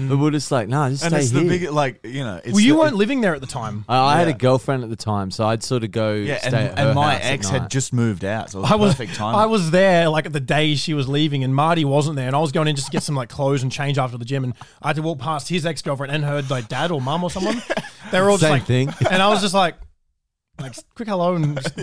Speaker 2: But we're just like, nah, just
Speaker 3: and
Speaker 2: stay
Speaker 3: it's
Speaker 2: here.
Speaker 3: the big like you know. It's
Speaker 1: Well, you
Speaker 3: the- Uh,
Speaker 1: weren't living there at the time.
Speaker 2: I, I had a
Speaker 3: Yeah.
Speaker 2: girlfriend at the time, so I'd sort of go.
Speaker 3: Yeah,
Speaker 2: stay
Speaker 3: and,
Speaker 2: at her
Speaker 3: and my
Speaker 2: house at
Speaker 3: ex had
Speaker 2: night.
Speaker 3: just moved out, so it was
Speaker 1: I was
Speaker 3: perfect timing.
Speaker 1: I was there like the day she was leaving, and Marty wasn't there, and I was going in just to get some like clothes and change after the gym, and I had to walk past his ex girlfriend and her like dad or mum or someone. They were all
Speaker 2: Same
Speaker 1: just like,
Speaker 2: thing.
Speaker 1: and I was just like, like quick hello, and just-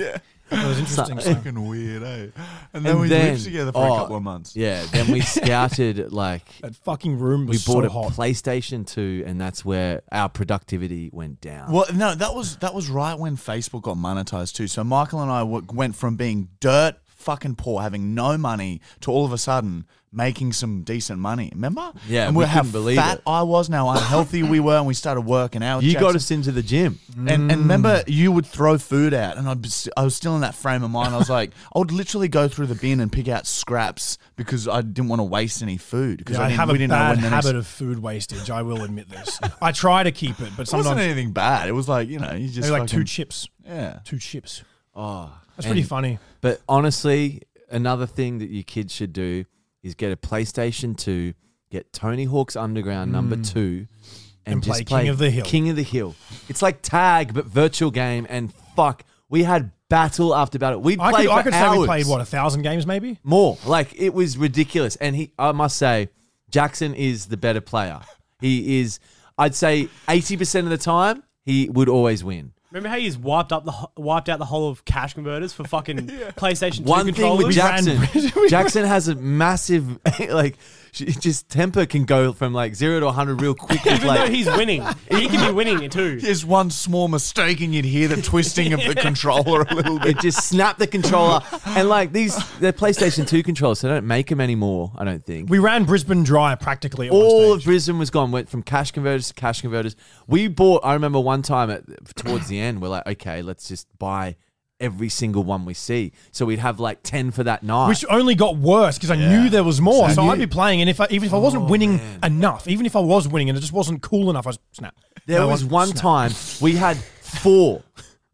Speaker 1: it was interesting. so-
Speaker 3: fucking weird, eh? And then
Speaker 2: And
Speaker 3: we
Speaker 2: then-
Speaker 3: lived together for
Speaker 2: oh,
Speaker 3: a couple of months.
Speaker 2: Yeah, then we scouted like
Speaker 1: that fucking room
Speaker 2: we
Speaker 1: was
Speaker 2: bought
Speaker 1: so
Speaker 2: a
Speaker 1: hot.
Speaker 2: PlayStation 2, and that's where our productivity went down.
Speaker 3: Well, no, that was that was right when Facebook got monetized too. So Michael and I w- went from being dirt fucking poor, having no money, to all of a sudden making some decent money. Remember?
Speaker 2: Yeah,
Speaker 3: and
Speaker 2: we
Speaker 3: we're how
Speaker 2: couldn't believe
Speaker 3: fat
Speaker 2: it.
Speaker 3: I was, now how healthy we were, and we started working out.
Speaker 2: you got
Speaker 3: Jackson. Mm.
Speaker 2: us into the gym.
Speaker 3: And, and remember, you would throw food out, and I'd be, I was still in that frame of mind. I was like, I would literally go through the bin and pick out scraps because I didn't want to waste any food because
Speaker 1: Yeah,
Speaker 3: I,
Speaker 1: I
Speaker 3: didn't,
Speaker 1: have
Speaker 3: we
Speaker 1: a
Speaker 3: didn't know
Speaker 1: bad
Speaker 3: when the
Speaker 1: habit of
Speaker 3: next.
Speaker 1: food wastage. I will admit this. I try to keep it, but
Speaker 3: It wasn't
Speaker 1: sometimes
Speaker 3: anything bad. It was like you know, you just
Speaker 1: maybe like two
Speaker 3: fucking-
Speaker 1: chips,
Speaker 3: yeah.
Speaker 1: two chips.
Speaker 2: Oh,
Speaker 1: That's pretty
Speaker 2: and-
Speaker 1: funny.
Speaker 2: But honestly, another thing that your kids should do is get a PlayStation 2, get Tony Hawk's Underground number 2,
Speaker 1: Mm.
Speaker 2: and,
Speaker 1: And play
Speaker 2: just
Speaker 1: King of the Hill.
Speaker 2: King of the Hill. It's like tag, but virtual game. And fuck, we had battle after battle. We
Speaker 1: I
Speaker 2: played
Speaker 1: could,
Speaker 2: for
Speaker 1: I could
Speaker 2: hours.
Speaker 1: say we played what a thousand games, maybe.
Speaker 2: more. Like it was ridiculous. And he, I must say, Jackson is the better player. He is. I'd say eighty percent of the time he would always win.
Speaker 4: Remember how he's wiped up the ho- wiped out the whole of cash converters for fucking PlayStation 2
Speaker 2: One thing
Speaker 4: controllers?
Speaker 2: with Jackson, Jackson has a massive like. She, just temper can go from like zero to hundred real quick. with,
Speaker 4: Even though
Speaker 2: like,
Speaker 4: he's winning, he can be winning it too.
Speaker 3: There's one small mistake, and you'd hear the twisting of the controller a little bit.
Speaker 2: it just snapped the controller, and like these, they're PlayStation Two controllers, so they don't make them anymore. I don't think.
Speaker 1: We ran Brisbane dry practically. At
Speaker 2: all
Speaker 1: all
Speaker 2: of Brisbane was gone. Went from cash converters to cash converters. We bought. I remember one time at towards the end, we're like, okay, let's just buy every single one we see. So we'd have like ten for that night.
Speaker 1: which only got worse because I knew there was more. So I'd be playing, and if I, even if I wasn't
Speaker 2: Oh,
Speaker 1: winning enough, even if I was winning and it just wasn't cool enough, I was snap.
Speaker 2: there
Speaker 1: No, I
Speaker 2: was
Speaker 1: was-
Speaker 2: one
Speaker 1: snap.
Speaker 2: time we had four.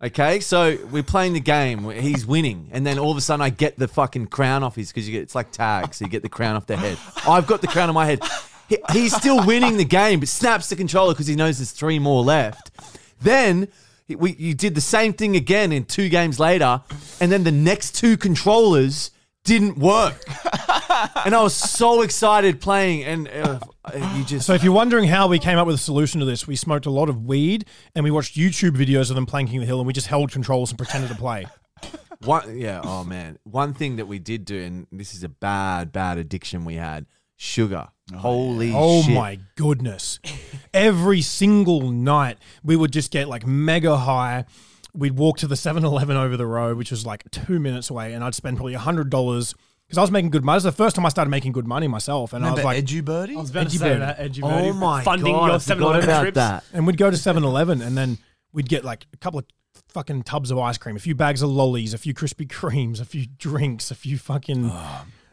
Speaker 2: Okay, so we're playing the game. He's winning, and then all of a sudden, I get the fucking crown off his because you get it's like tags. So you get the crown off their head. I've got the crown on my head. He- he's still winning the game, but snaps the controller because he knows there's three more left. Then he- we you did the same thing again in two games later, and then the next two controllers didn't work. and I was so excited playing, and uh, you just
Speaker 1: So if you're wondering how we came up with a solution to this, we smoked a lot of weed and we watched YouTube videos of them planking the hill, and we just held controls and pretended to play.
Speaker 2: One, yeah. Oh man. One thing that we did do, and this is a bad, bad addiction we had: sugar. Holy
Speaker 1: Oh
Speaker 2: shit!
Speaker 1: my goodness. Every single night we would just get like mega high. We'd walk to the 7-Eleven over the road, which was like two minutes away, and I'd spend probably hundred dollars because I was making good money. It was the first time I started making good money myself, and I was
Speaker 3: Remember
Speaker 1: like,
Speaker 3: Edu Birdie?
Speaker 4: I was about to
Speaker 1: Edgy
Speaker 4: say
Speaker 1: Birdie.
Speaker 4: that, Edgy Birdie,
Speaker 2: Oh my
Speaker 4: funding
Speaker 2: god!
Speaker 4: your
Speaker 2: I forgot
Speaker 4: 7-Eleven
Speaker 2: about
Speaker 4: trips.
Speaker 2: that.
Speaker 1: and we'd go to 7-Eleven, and then we'd get like a couple of fucking tubs of ice cream, a few bags of lollies, a few Krispy Kremes, a few drinks, a few fucking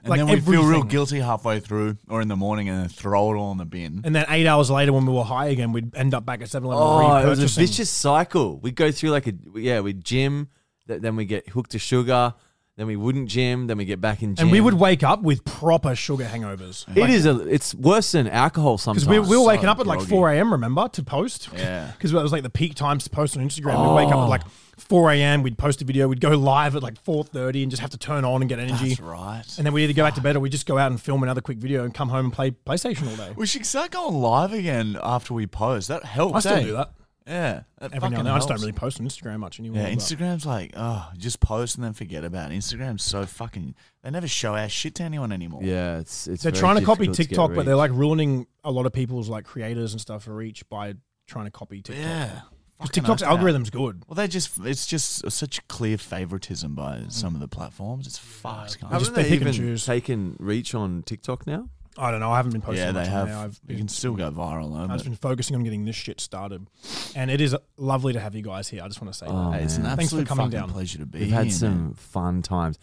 Speaker 3: And then we feel real
Speaker 1: everything.
Speaker 3: guilty halfway through or in the morning and then throw it all in the bin.
Speaker 1: And then eight hours later, when we were high again, we'd end up back at 7-Eleven
Speaker 2: Oh,
Speaker 1: repurchasing.
Speaker 2: it was a vicious cycle. We go through like a yeah, we gym, th- then we get hooked to sugar, then we wouldn't gym, then we get back in gym,
Speaker 1: and we would wake up with proper sugar hangovers.
Speaker 2: It is a. It's worse than alcohol sometimes.
Speaker 1: Because we, we were waking
Speaker 3: so
Speaker 1: up at like
Speaker 3: groggy.
Speaker 1: 4 a.m., remember, to post?
Speaker 3: Yeah. Oh.
Speaker 1: Because it was like the peak times to post on Instagram. We'd wake up at like 4 a.m., we'd post a video, we'd go live at like 4.30 and just have to turn on and get energy.
Speaker 3: That's right.
Speaker 1: And then we either go back to bed or we just go out and film another quick video and come home and play PlayStation all day.
Speaker 3: we should start going live again after we post. That helps.
Speaker 1: I still
Speaker 3: eh?
Speaker 1: do that
Speaker 3: Yeah. That
Speaker 1: every now
Speaker 3: fucking
Speaker 1: and then. I just don't
Speaker 3: helps.
Speaker 1: really post on Instagram much anymore.
Speaker 3: Yeah,
Speaker 1: but-
Speaker 3: Instagram's like, oh, just post and then forget about it. Instagram's so fucking. They never show our shit to anyone anymore.
Speaker 2: Yeah, it's it's.
Speaker 1: They're
Speaker 2: very
Speaker 1: trying to copy
Speaker 2: difficult get
Speaker 1: TikTok, but they're
Speaker 2: reach.
Speaker 1: like ruining a lot of people's like creators and stuff for reach by trying to copy TikTok.
Speaker 3: Yeah.
Speaker 1: 'Cause
Speaker 3: Fucking
Speaker 1: TikTok's
Speaker 3: oath out.
Speaker 1: algorithm's good.
Speaker 3: Well, they just. It's just such clear favoritism by some of the platforms. It's fucked. can't
Speaker 1: I
Speaker 3: it?
Speaker 1: just
Speaker 2: Haven't
Speaker 1: pick
Speaker 2: they
Speaker 1: and
Speaker 2: even
Speaker 1: choose.
Speaker 2: taken reach on TikTok now?
Speaker 1: I don't know. I haven't been posting
Speaker 3: yeah,
Speaker 1: much
Speaker 3: they
Speaker 1: on
Speaker 3: have.
Speaker 1: there. I've
Speaker 3: you
Speaker 1: been
Speaker 3: can still go viral, though.
Speaker 1: I've
Speaker 3: But
Speaker 1: just been focusing on getting this shit started, and it is lovely to have you guys here. I just want to say that.
Speaker 3: Hey, it's an
Speaker 2: man.
Speaker 1: Thanks for
Speaker 3: absolute
Speaker 1: coming
Speaker 3: fucking
Speaker 1: down.
Speaker 3: pleasure to be
Speaker 2: We've
Speaker 3: here.
Speaker 2: had
Speaker 3: man.
Speaker 2: some fun times.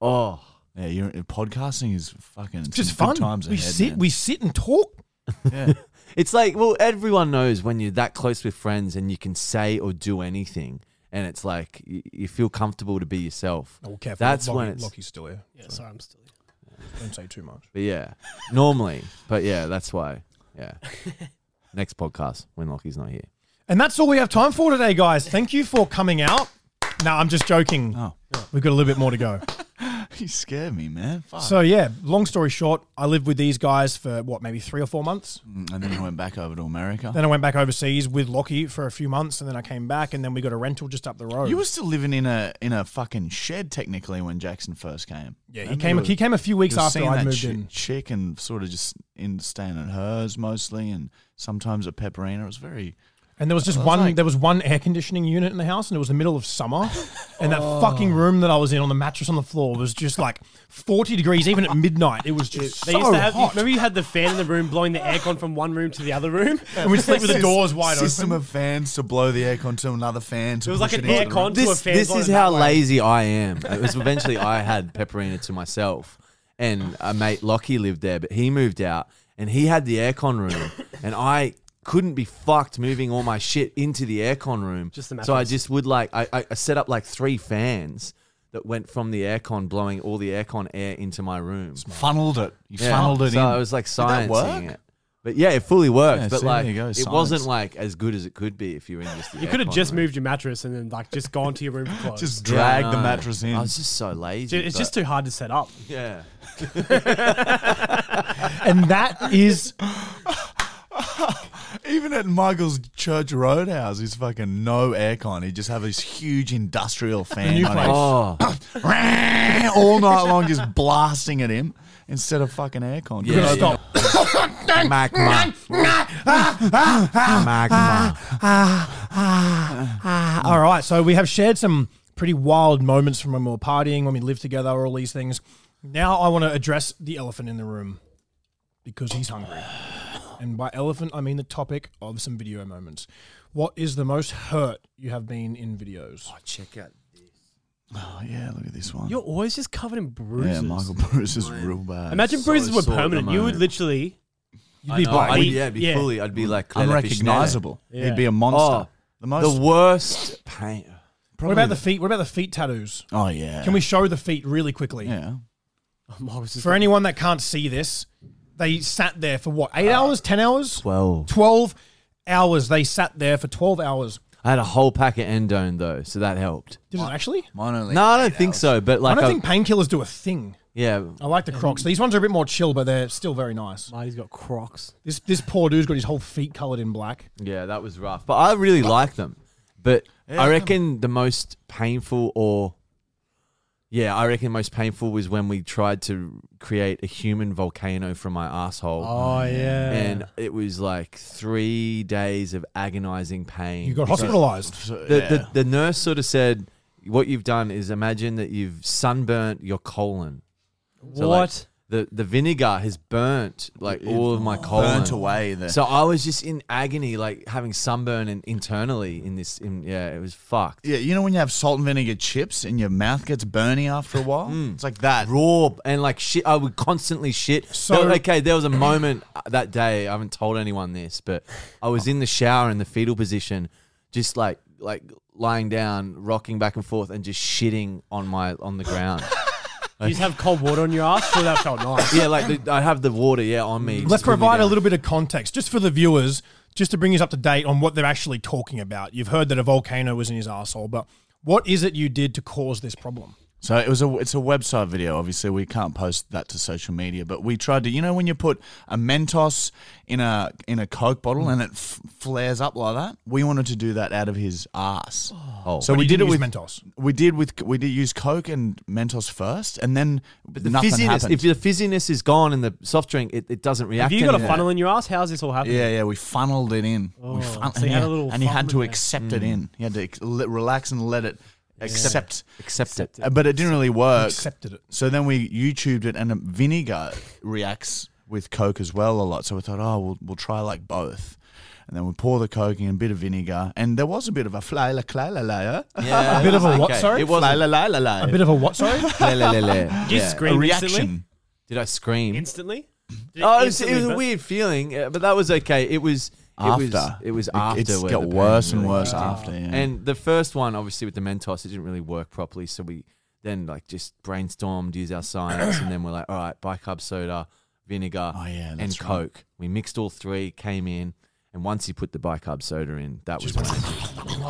Speaker 2: Oh,
Speaker 3: Yeah, you're, podcasting is fucking
Speaker 1: It's just
Speaker 3: some
Speaker 1: fun.
Speaker 3: good Times
Speaker 1: we
Speaker 3: ahead,
Speaker 1: sit,
Speaker 3: man.
Speaker 1: we sit and talk.
Speaker 3: yeah.
Speaker 2: It's like, well, everyone knows when you're that close with friends and you can say or do anything, and it's like you, you feel comfortable to be yourself.
Speaker 1: Oh, careful.
Speaker 2: That's
Speaker 1: Lockie,
Speaker 2: when it's.
Speaker 1: Lockie's still here.
Speaker 4: Yeah, sorry, I'm still.
Speaker 1: Don't say too much.
Speaker 2: But yeah, normally, but yeah, that's why. Yeah. Next podcast when Lockie's not here.
Speaker 1: And that's all we have time for today, guys. Thank you for coming out. No, I'm just joking.
Speaker 3: Oh.
Speaker 1: We've got a little bit more to go.
Speaker 3: You scared me, man. Fuck.
Speaker 1: So, yeah, long story short, I lived with these guys for what, maybe three or four months.
Speaker 3: and then I went back over to America.
Speaker 1: Then I went back overseas with Lockie for a few months, and then I came back, and then we got a rental just up the road.
Speaker 3: You were still living in a in a fucking shed technically when Jackson first came.
Speaker 1: yeah, he came, he came a few weeks
Speaker 3: Just
Speaker 1: after
Speaker 3: seeing
Speaker 1: I
Speaker 3: that
Speaker 1: moved
Speaker 3: chi-
Speaker 1: in.
Speaker 3: chick and sort of just in staying at hers mostly, and sometimes at Pepperina. It was very
Speaker 1: And there was just
Speaker 3: was
Speaker 1: one.
Speaker 3: like-
Speaker 1: there was one air conditioning unit in the house, and it was the middle of summer. And that
Speaker 4: Oh.
Speaker 1: fucking room that I was in on the mattress on the floor was just like forty degrees, even at midnight. It was just
Speaker 4: They
Speaker 1: so
Speaker 4: used to have.
Speaker 1: hot.
Speaker 4: Remember, you had the fan in the room blowing the aircon from one room to the other room. It
Speaker 1: and we'd sleep with the doors wide
Speaker 3: system
Speaker 1: open.
Speaker 3: of fans to blow the aircon to another fan. To
Speaker 4: was like
Speaker 3: push
Speaker 4: an
Speaker 3: it into the
Speaker 4: aircon
Speaker 3: room.
Speaker 4: to a
Speaker 2: This,
Speaker 4: fan.
Speaker 2: this is how lazy I am. It was eventually I had Pepperina to myself, and a mate Lockie lived there, but he moved out, and he had the aircon room, and I couldn't be fucked moving all my shit into the aircon room.
Speaker 4: Just the
Speaker 2: so I
Speaker 4: mattress.
Speaker 2: just would like I, I- I set up like three fans that went from the aircon, blowing all the aircon air into my room.
Speaker 3: Funneled it. You
Speaker 2: Yeah.
Speaker 3: funneled it
Speaker 2: so
Speaker 3: in.
Speaker 2: I was like
Speaker 3: Did that work?
Speaker 2: sciencing it. But yeah, it fully worked.
Speaker 3: Yeah,
Speaker 2: but
Speaker 3: see,
Speaker 2: like,
Speaker 3: there you go,
Speaker 2: it
Speaker 3: science.
Speaker 2: wasn't like as good as it could be if you were in just. The
Speaker 4: You could have
Speaker 2: aircon
Speaker 4: just
Speaker 2: room.
Speaker 4: moved your mattress and then like just gone to your room for clothes.
Speaker 3: Just
Speaker 2: Yeah,
Speaker 3: drag the
Speaker 2: no.
Speaker 3: mattress in.
Speaker 2: I was just so lazy.
Speaker 4: Dude, it's
Speaker 2: but-
Speaker 4: just too hard to set up.
Speaker 2: yeah.
Speaker 1: and that is
Speaker 3: Even at Michael's Church Roadhouse, he's fucking no aircon. He just have this huge industrial fan
Speaker 1: new
Speaker 3: on
Speaker 1: place.
Speaker 3: it.
Speaker 2: Oh,
Speaker 3: all night long, just blasting at him instead of fucking aircon.
Speaker 2: Yeah, yeah.
Speaker 3: Because-
Speaker 1: stop.
Speaker 2: magma. magma.
Speaker 1: All right, so we have shared some pretty wild moments from when we were partying, when we lived together, all these things. Now I want to address the elephant in the room because he's hungry. And by elephant, I mean the topic of some video moments. What is the most hurt you have been in videos?
Speaker 2: Check out.
Speaker 3: Oh, yeah, look at this one.
Speaker 4: You're always just covered in bruises.
Speaker 3: yeah, Michael Bruce is real bad.
Speaker 4: Imagine bruises were
Speaker 2: sore at the
Speaker 4: permanent. You would
Speaker 2: moment.
Speaker 4: literally.
Speaker 1: You'd be
Speaker 2: I'd,
Speaker 1: black.
Speaker 4: I-
Speaker 2: be- yeah, be
Speaker 4: Yeah.
Speaker 2: fully. I'd be like
Speaker 3: Unrecognizable.
Speaker 4: Yeah.
Speaker 3: He'd be a
Speaker 2: Oh,
Speaker 3: monster. the
Speaker 2: The
Speaker 3: most.
Speaker 2: worst pain.
Speaker 1: What about the feet? What about the feet tattoos?
Speaker 3: oh yeah.
Speaker 1: Can we show the feet really quickly?
Speaker 3: Yeah.
Speaker 1: For anyone that can't see this, they sat there for what, eight hours, 10 hours?
Speaker 2: Well,
Speaker 1: 12 hours. They sat there for 12 hours.
Speaker 2: I had a whole pack of endone though, so that helped.
Speaker 1: Did it actually?
Speaker 3: Mine only.
Speaker 2: No, I don't think so. But
Speaker 1: I
Speaker 2: like,
Speaker 1: don't
Speaker 2: I-
Speaker 1: think painkillers do a thing.
Speaker 2: yeah,
Speaker 1: I like the Crocs. These ones are a bit more chill, but they're still very nice.
Speaker 4: Marty's got Crocs.
Speaker 1: This this poor dude's got his whole feet coloured in black.
Speaker 2: yeah, that was rough. But I really like them. But
Speaker 3: Yeah.
Speaker 2: I reckon the most painful, or yeah, I reckon the most painful was when we tried to create a human volcano from my asshole.
Speaker 4: Oh yeah.
Speaker 2: and it was like three days of agonizing pain.
Speaker 1: You got hospitalised.
Speaker 3: So,
Speaker 2: the,
Speaker 3: yeah.
Speaker 2: the, the nurse sort of said, "What you've done is imagine that you've sunburnt your colon. So, like,
Speaker 4: what?
Speaker 2: the the vinegar has burnt like
Speaker 3: It
Speaker 2: all of my colon.
Speaker 3: burnt away the
Speaker 2: So I was just in agony, like having sunburn and internally in this. In, yeah, it was fucked.
Speaker 3: yeah, you know when you have salt and vinegar chips and your mouth gets burny after a while? It's like that.
Speaker 2: raw and like shit. I would constantly shit.
Speaker 1: So-
Speaker 2: So okay, there was a moment uh, that day. I haven't told anyone this, but I was in the shower in the fetal position, just like like lying down, rocking back and forth, and just shitting on my on the ground.
Speaker 4: You just have cold water on your ass. Sure, that felt nice.
Speaker 2: yeah, like the, I have the water. Yeah, on me.
Speaker 1: Let's
Speaker 2: just cool me
Speaker 1: provide a
Speaker 2: down.
Speaker 1: little bit of context, just for the viewers, just to bring us up to date on what they're actually talking about. You've heard that a volcano was in his asshole, but what is it you did to cause this problem?
Speaker 3: So it was a it's a website video. Obviously, we can't post that to social media, but we tried to. You know when you put a Mentos in a in a Coke bottle and it f- flares up like that. We wanted to do that out of his ass.
Speaker 2: Oh.
Speaker 3: so
Speaker 1: But
Speaker 3: we
Speaker 1: you
Speaker 3: did it
Speaker 1: didn't
Speaker 3: with
Speaker 1: use Mentos.
Speaker 3: We did with we did use Coke and Mentos first, and then
Speaker 2: The
Speaker 3: nothing
Speaker 2: fizziness.
Speaker 3: happened.
Speaker 2: If the fizziness is gone in the soft drink, it, it doesn't react.
Speaker 4: Have you got a
Speaker 2: anymore.
Speaker 4: funnel in your ass? How's this all happening?
Speaker 3: yeah, yeah, we funneled it in. we fun-
Speaker 4: so
Speaker 3: and
Speaker 4: you had
Speaker 3: he-
Speaker 4: a little
Speaker 3: and he had
Speaker 4: funnel
Speaker 3: to
Speaker 4: in there.
Speaker 3: accept it in. He had to ex- let- relax and let it accept.
Speaker 2: Accept it.
Speaker 3: Uh, But it didn't really work.
Speaker 1: Accepted it.
Speaker 3: So then we YouTubed it, and vinegar reacts with Coke as well a lot. So we thought, oh, we'll, we'll try like both. And then we pour the Coke in a bit of vinegar, and there was a bit of a fly la la la la.
Speaker 2: Yeah,
Speaker 1: A bit of a
Speaker 2: okay.
Speaker 1: what, sorry?
Speaker 2: It was
Speaker 3: Fly la la la la.
Speaker 1: A bit of a what? Sorry.
Speaker 4: Did you
Speaker 2: yeah.
Speaker 4: scream instantly?
Speaker 3: reaction.
Speaker 2: Did I scream?
Speaker 4: Instantly. Did
Speaker 2: Oh, it was, it
Speaker 4: instantly
Speaker 2: was a
Speaker 4: burn?
Speaker 2: weird feeling, uh, but that was okay. It was it Was,
Speaker 3: After
Speaker 2: it was after.
Speaker 3: it's
Speaker 2: where
Speaker 3: got
Speaker 2: the pain
Speaker 3: worse and
Speaker 2: really
Speaker 3: worse
Speaker 2: kicked in.
Speaker 3: after. Yeah.
Speaker 2: And the first one, obviously, with the Mentos, it didn't really work properly. So we then like just brainstormed, used our science, and then we're like, all right, bicarb soda, vinegar,
Speaker 3: Oh, yeah,
Speaker 2: and
Speaker 3: that's right.
Speaker 2: Coke. We mixed all three, came in, and once he put the bicarb soda in, that was when it-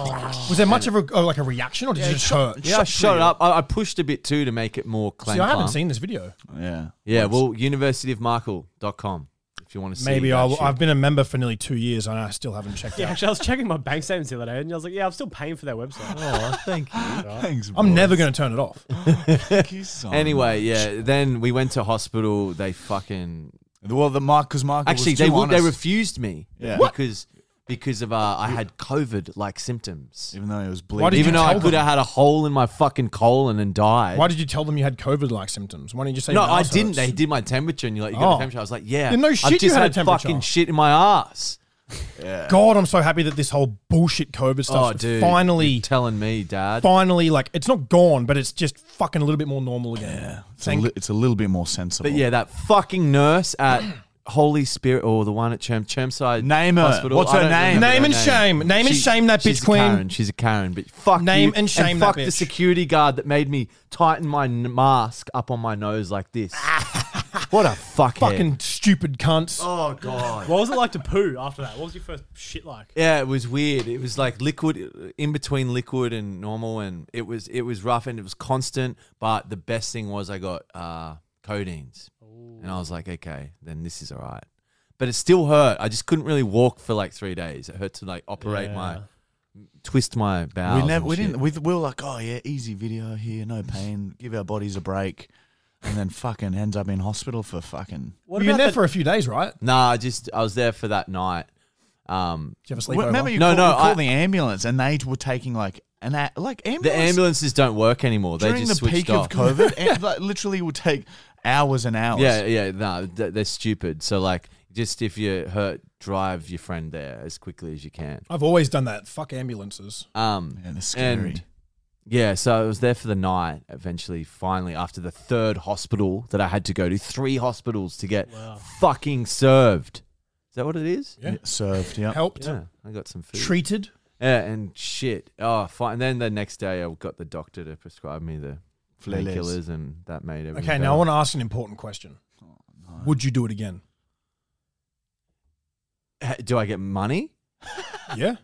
Speaker 1: Was there much of a oh, like a reaction, or did you just hurt?
Speaker 2: yeah, I shut up. I, I pushed a bit too to make it more clean.
Speaker 1: See, I haven't seen this video.
Speaker 3: Yeah.
Speaker 2: Yeah, well, universityofmichael.com if you want to see.
Speaker 1: Maybe
Speaker 2: that
Speaker 1: I,
Speaker 2: shit.
Speaker 1: I've been a member for nearly two years, and I still haven't checked
Speaker 4: Yeah,
Speaker 1: out.
Speaker 4: actually, I was checking my bank statements the other day, and I was like, "Yeah, I'm still paying for their website."
Speaker 2: Oh, thank you.
Speaker 3: Thanks,
Speaker 1: I'm never going to turn it off. Um,
Speaker 2: Anyway, yeah. Then we went to hospital. They fucking
Speaker 3: Well, the Mark, because Mark
Speaker 2: actually
Speaker 3: was
Speaker 2: they
Speaker 3: too
Speaker 2: would, they
Speaker 3: honest,
Speaker 2: refused me
Speaker 3: Yeah. What?
Speaker 2: because because of uh, I had COVID like symptoms.
Speaker 3: even though it was
Speaker 1: did
Speaker 3: bleeding.
Speaker 1: you
Speaker 2: Even though I
Speaker 1: tell
Speaker 2: could
Speaker 1: them?
Speaker 2: have had a hole in my fucking colon and died.
Speaker 1: Why did you tell them you had COVID-like symptoms? Why didn't you just say
Speaker 2: no,
Speaker 1: your
Speaker 2: I
Speaker 1: ass hurts?
Speaker 2: didn't. They did my temperature, and you're like, you got
Speaker 1: Oh.
Speaker 2: a temperature. I was like, yeah,
Speaker 1: Yeah, no shit,
Speaker 2: I've
Speaker 1: you
Speaker 2: just
Speaker 1: had a
Speaker 2: had,
Speaker 1: temperature.
Speaker 2: fucking shit in my ass.
Speaker 1: God, I'm so happy that this whole bullshit COVID
Speaker 2: Oh,
Speaker 1: stuff
Speaker 2: dude, you're
Speaker 1: finally,
Speaker 2: telling me, Dad.
Speaker 1: finally, like it's not gone, but it's just fucking a little bit more normal again.
Speaker 3: It's a,
Speaker 1: Thank-
Speaker 3: li- it's a little bit more sensible.
Speaker 2: But yeah, that fucking nurse at Holy Spirit or the one at Cherm Chermside
Speaker 3: Name her.
Speaker 2: Hospital.
Speaker 3: What's
Speaker 2: I
Speaker 3: her
Speaker 2: don't
Speaker 3: name?
Speaker 2: remember
Speaker 1: Name
Speaker 2: her
Speaker 1: and shame. Name and shame that
Speaker 2: she's
Speaker 1: bitch
Speaker 2: a
Speaker 1: queen.
Speaker 2: Karen. She's a Karen. But fuck
Speaker 1: Name
Speaker 2: you,
Speaker 1: and shame that
Speaker 2: fuck the
Speaker 1: bitch.
Speaker 2: security guard that made me tighten my n- mask up on my nose like this. what a fuckhead.
Speaker 1: Fucking stupid cunts.
Speaker 2: Oh god.
Speaker 4: What was it like to poo after that? What was your first shit like?
Speaker 2: Yeah, it was weird. It was like liquid in between liquid and normal and it was it was rough and it was constant, but the best thing was I got uh codeines. And I was like, okay, then this is all right. But it still hurt. I just couldn't really walk for like 3 days. It hurt to like operate my twist my bowels.
Speaker 3: we never,
Speaker 2: and
Speaker 3: we
Speaker 2: shit.
Speaker 3: didn't. We, we were like, oh yeah, easy video here, no pain, give our bodies a break, and then fucking ends up in hospital for fucking.
Speaker 1: Well, you were in there for a few days, right? Did
Speaker 2: Nah, I just I was there for that night. Um
Speaker 1: you have a sleepover?
Speaker 3: Remember, you
Speaker 2: No,
Speaker 3: called,
Speaker 2: no,
Speaker 3: you called
Speaker 2: I-
Speaker 3: the ambulance, and they were taking like an a- like ambulance.
Speaker 2: the ambulances don't work anymore. They
Speaker 3: during
Speaker 2: just
Speaker 3: the
Speaker 2: switched
Speaker 3: peak
Speaker 2: off.
Speaker 3: of COVID, and, like, literally would take hours and hours.
Speaker 2: Yeah, yeah, no, th- they're stupid. So like, just if you hurt, drive your friend there as quickly as you can.
Speaker 1: I've always done that. Fuck ambulances.
Speaker 2: Um,
Speaker 3: Yeah, they're scary.
Speaker 2: and yeah, so I was there for the night. Eventually, finally, after the third hospital that I had to go to, three hospitals to get fucking served. Is that what it is?
Speaker 1: Yeah.
Speaker 3: served. Yeah,
Speaker 1: Helped,
Speaker 2: Yeah, I got some food.
Speaker 1: treated.
Speaker 2: Yeah, and shit. Oh, fine. And then the next day, I got the doctor to prescribe me the
Speaker 3: Flailes.
Speaker 2: painkillers, and that made everything.
Speaker 1: Okay, now I
Speaker 2: better.
Speaker 1: want to ask an important question.
Speaker 2: Oh,
Speaker 1: Would you do it again?
Speaker 2: Ha- Do I get money?
Speaker 1: Yeah.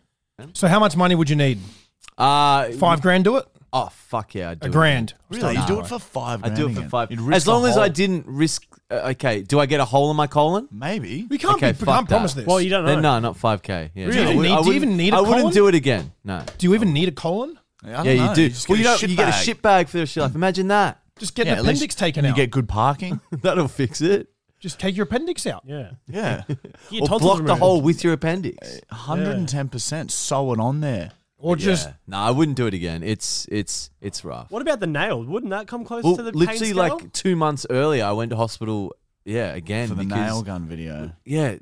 Speaker 1: So how much money would you need?
Speaker 2: Uh,
Speaker 1: Five grand? Do it.
Speaker 2: Oh fuck yeah! I'd do
Speaker 1: A
Speaker 2: it.
Speaker 1: grand.
Speaker 3: Really,
Speaker 2: Nah,
Speaker 3: you do
Speaker 2: bro.
Speaker 3: it for five.
Speaker 2: I
Speaker 3: grand
Speaker 2: do it for
Speaker 3: again.
Speaker 2: five.
Speaker 3: You'd
Speaker 2: As
Speaker 3: risk
Speaker 2: long
Speaker 3: the
Speaker 2: as I
Speaker 3: whole-
Speaker 2: didn't risk. Uh, okay, do I get a hole in my colon?
Speaker 3: maybe.
Speaker 1: We can't
Speaker 2: Okay,
Speaker 1: be, we
Speaker 2: fuck
Speaker 1: can't
Speaker 2: that.
Speaker 1: promise this.
Speaker 4: Well, you don't know.
Speaker 2: Then no, not five k. Yeah.
Speaker 1: Do you
Speaker 2: I
Speaker 1: even
Speaker 2: would-
Speaker 1: need-
Speaker 2: I
Speaker 1: do you
Speaker 2: wouldn't-
Speaker 1: even need a
Speaker 2: I wouldn't
Speaker 1: colon?
Speaker 2: do it again. No.
Speaker 1: do you even need a colon?
Speaker 3: I don't
Speaker 2: Yeah, you
Speaker 3: know.
Speaker 2: do.
Speaker 3: just
Speaker 2: well, you
Speaker 3: get a
Speaker 2: don't. You get a
Speaker 3: shitbag.
Speaker 2: shit bag for your shit life. Imagine that.
Speaker 1: Just get
Speaker 3: Yeah,
Speaker 1: an
Speaker 3: at least
Speaker 1: appendix taken
Speaker 3: You
Speaker 1: out.
Speaker 3: get good parking.
Speaker 2: That'll fix it.
Speaker 1: Just take your appendix out.
Speaker 4: Yeah.
Speaker 3: Yeah,
Speaker 4: Your
Speaker 2: Or
Speaker 4: tonsils
Speaker 2: block the
Speaker 4: removed.
Speaker 2: hole with your appendix.
Speaker 3: hundred and ten percent. Sew it on there.
Speaker 1: Or just
Speaker 2: Yeah. No, I wouldn't do it again. It's it's it's rough.
Speaker 4: What about the nail? Wouldn't that come close
Speaker 2: Well,
Speaker 4: to the
Speaker 2: literally
Speaker 4: pain scale?
Speaker 2: like two months earlier, I went to hospital. Yeah, again
Speaker 3: for the
Speaker 2: because-
Speaker 3: nail gun video.
Speaker 2: Yeah,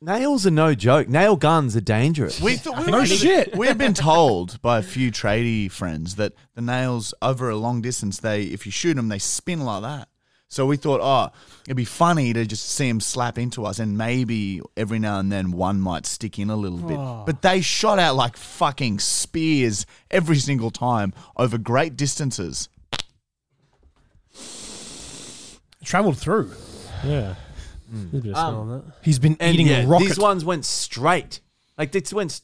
Speaker 2: nails are no joke. Nail guns are dangerous.
Speaker 3: We thought we
Speaker 1: No
Speaker 3: were-
Speaker 1: shit.
Speaker 3: We've been told by a few tradie friends that the nails over a long distance, they if you shoot them, they spin like that. So we thought, oh, it'd be funny to just see them slap into us, and maybe every now and then one might stick in a little bit.
Speaker 2: Oh.
Speaker 3: But they shot out like fucking spears every single time over great distances.
Speaker 1: traveled through.
Speaker 4: Yeah. There's a bit of smell on that.
Speaker 1: He's been
Speaker 2: and
Speaker 1: eating
Speaker 2: yeah,
Speaker 1: rockets.
Speaker 2: these ones went straight. Like this went s-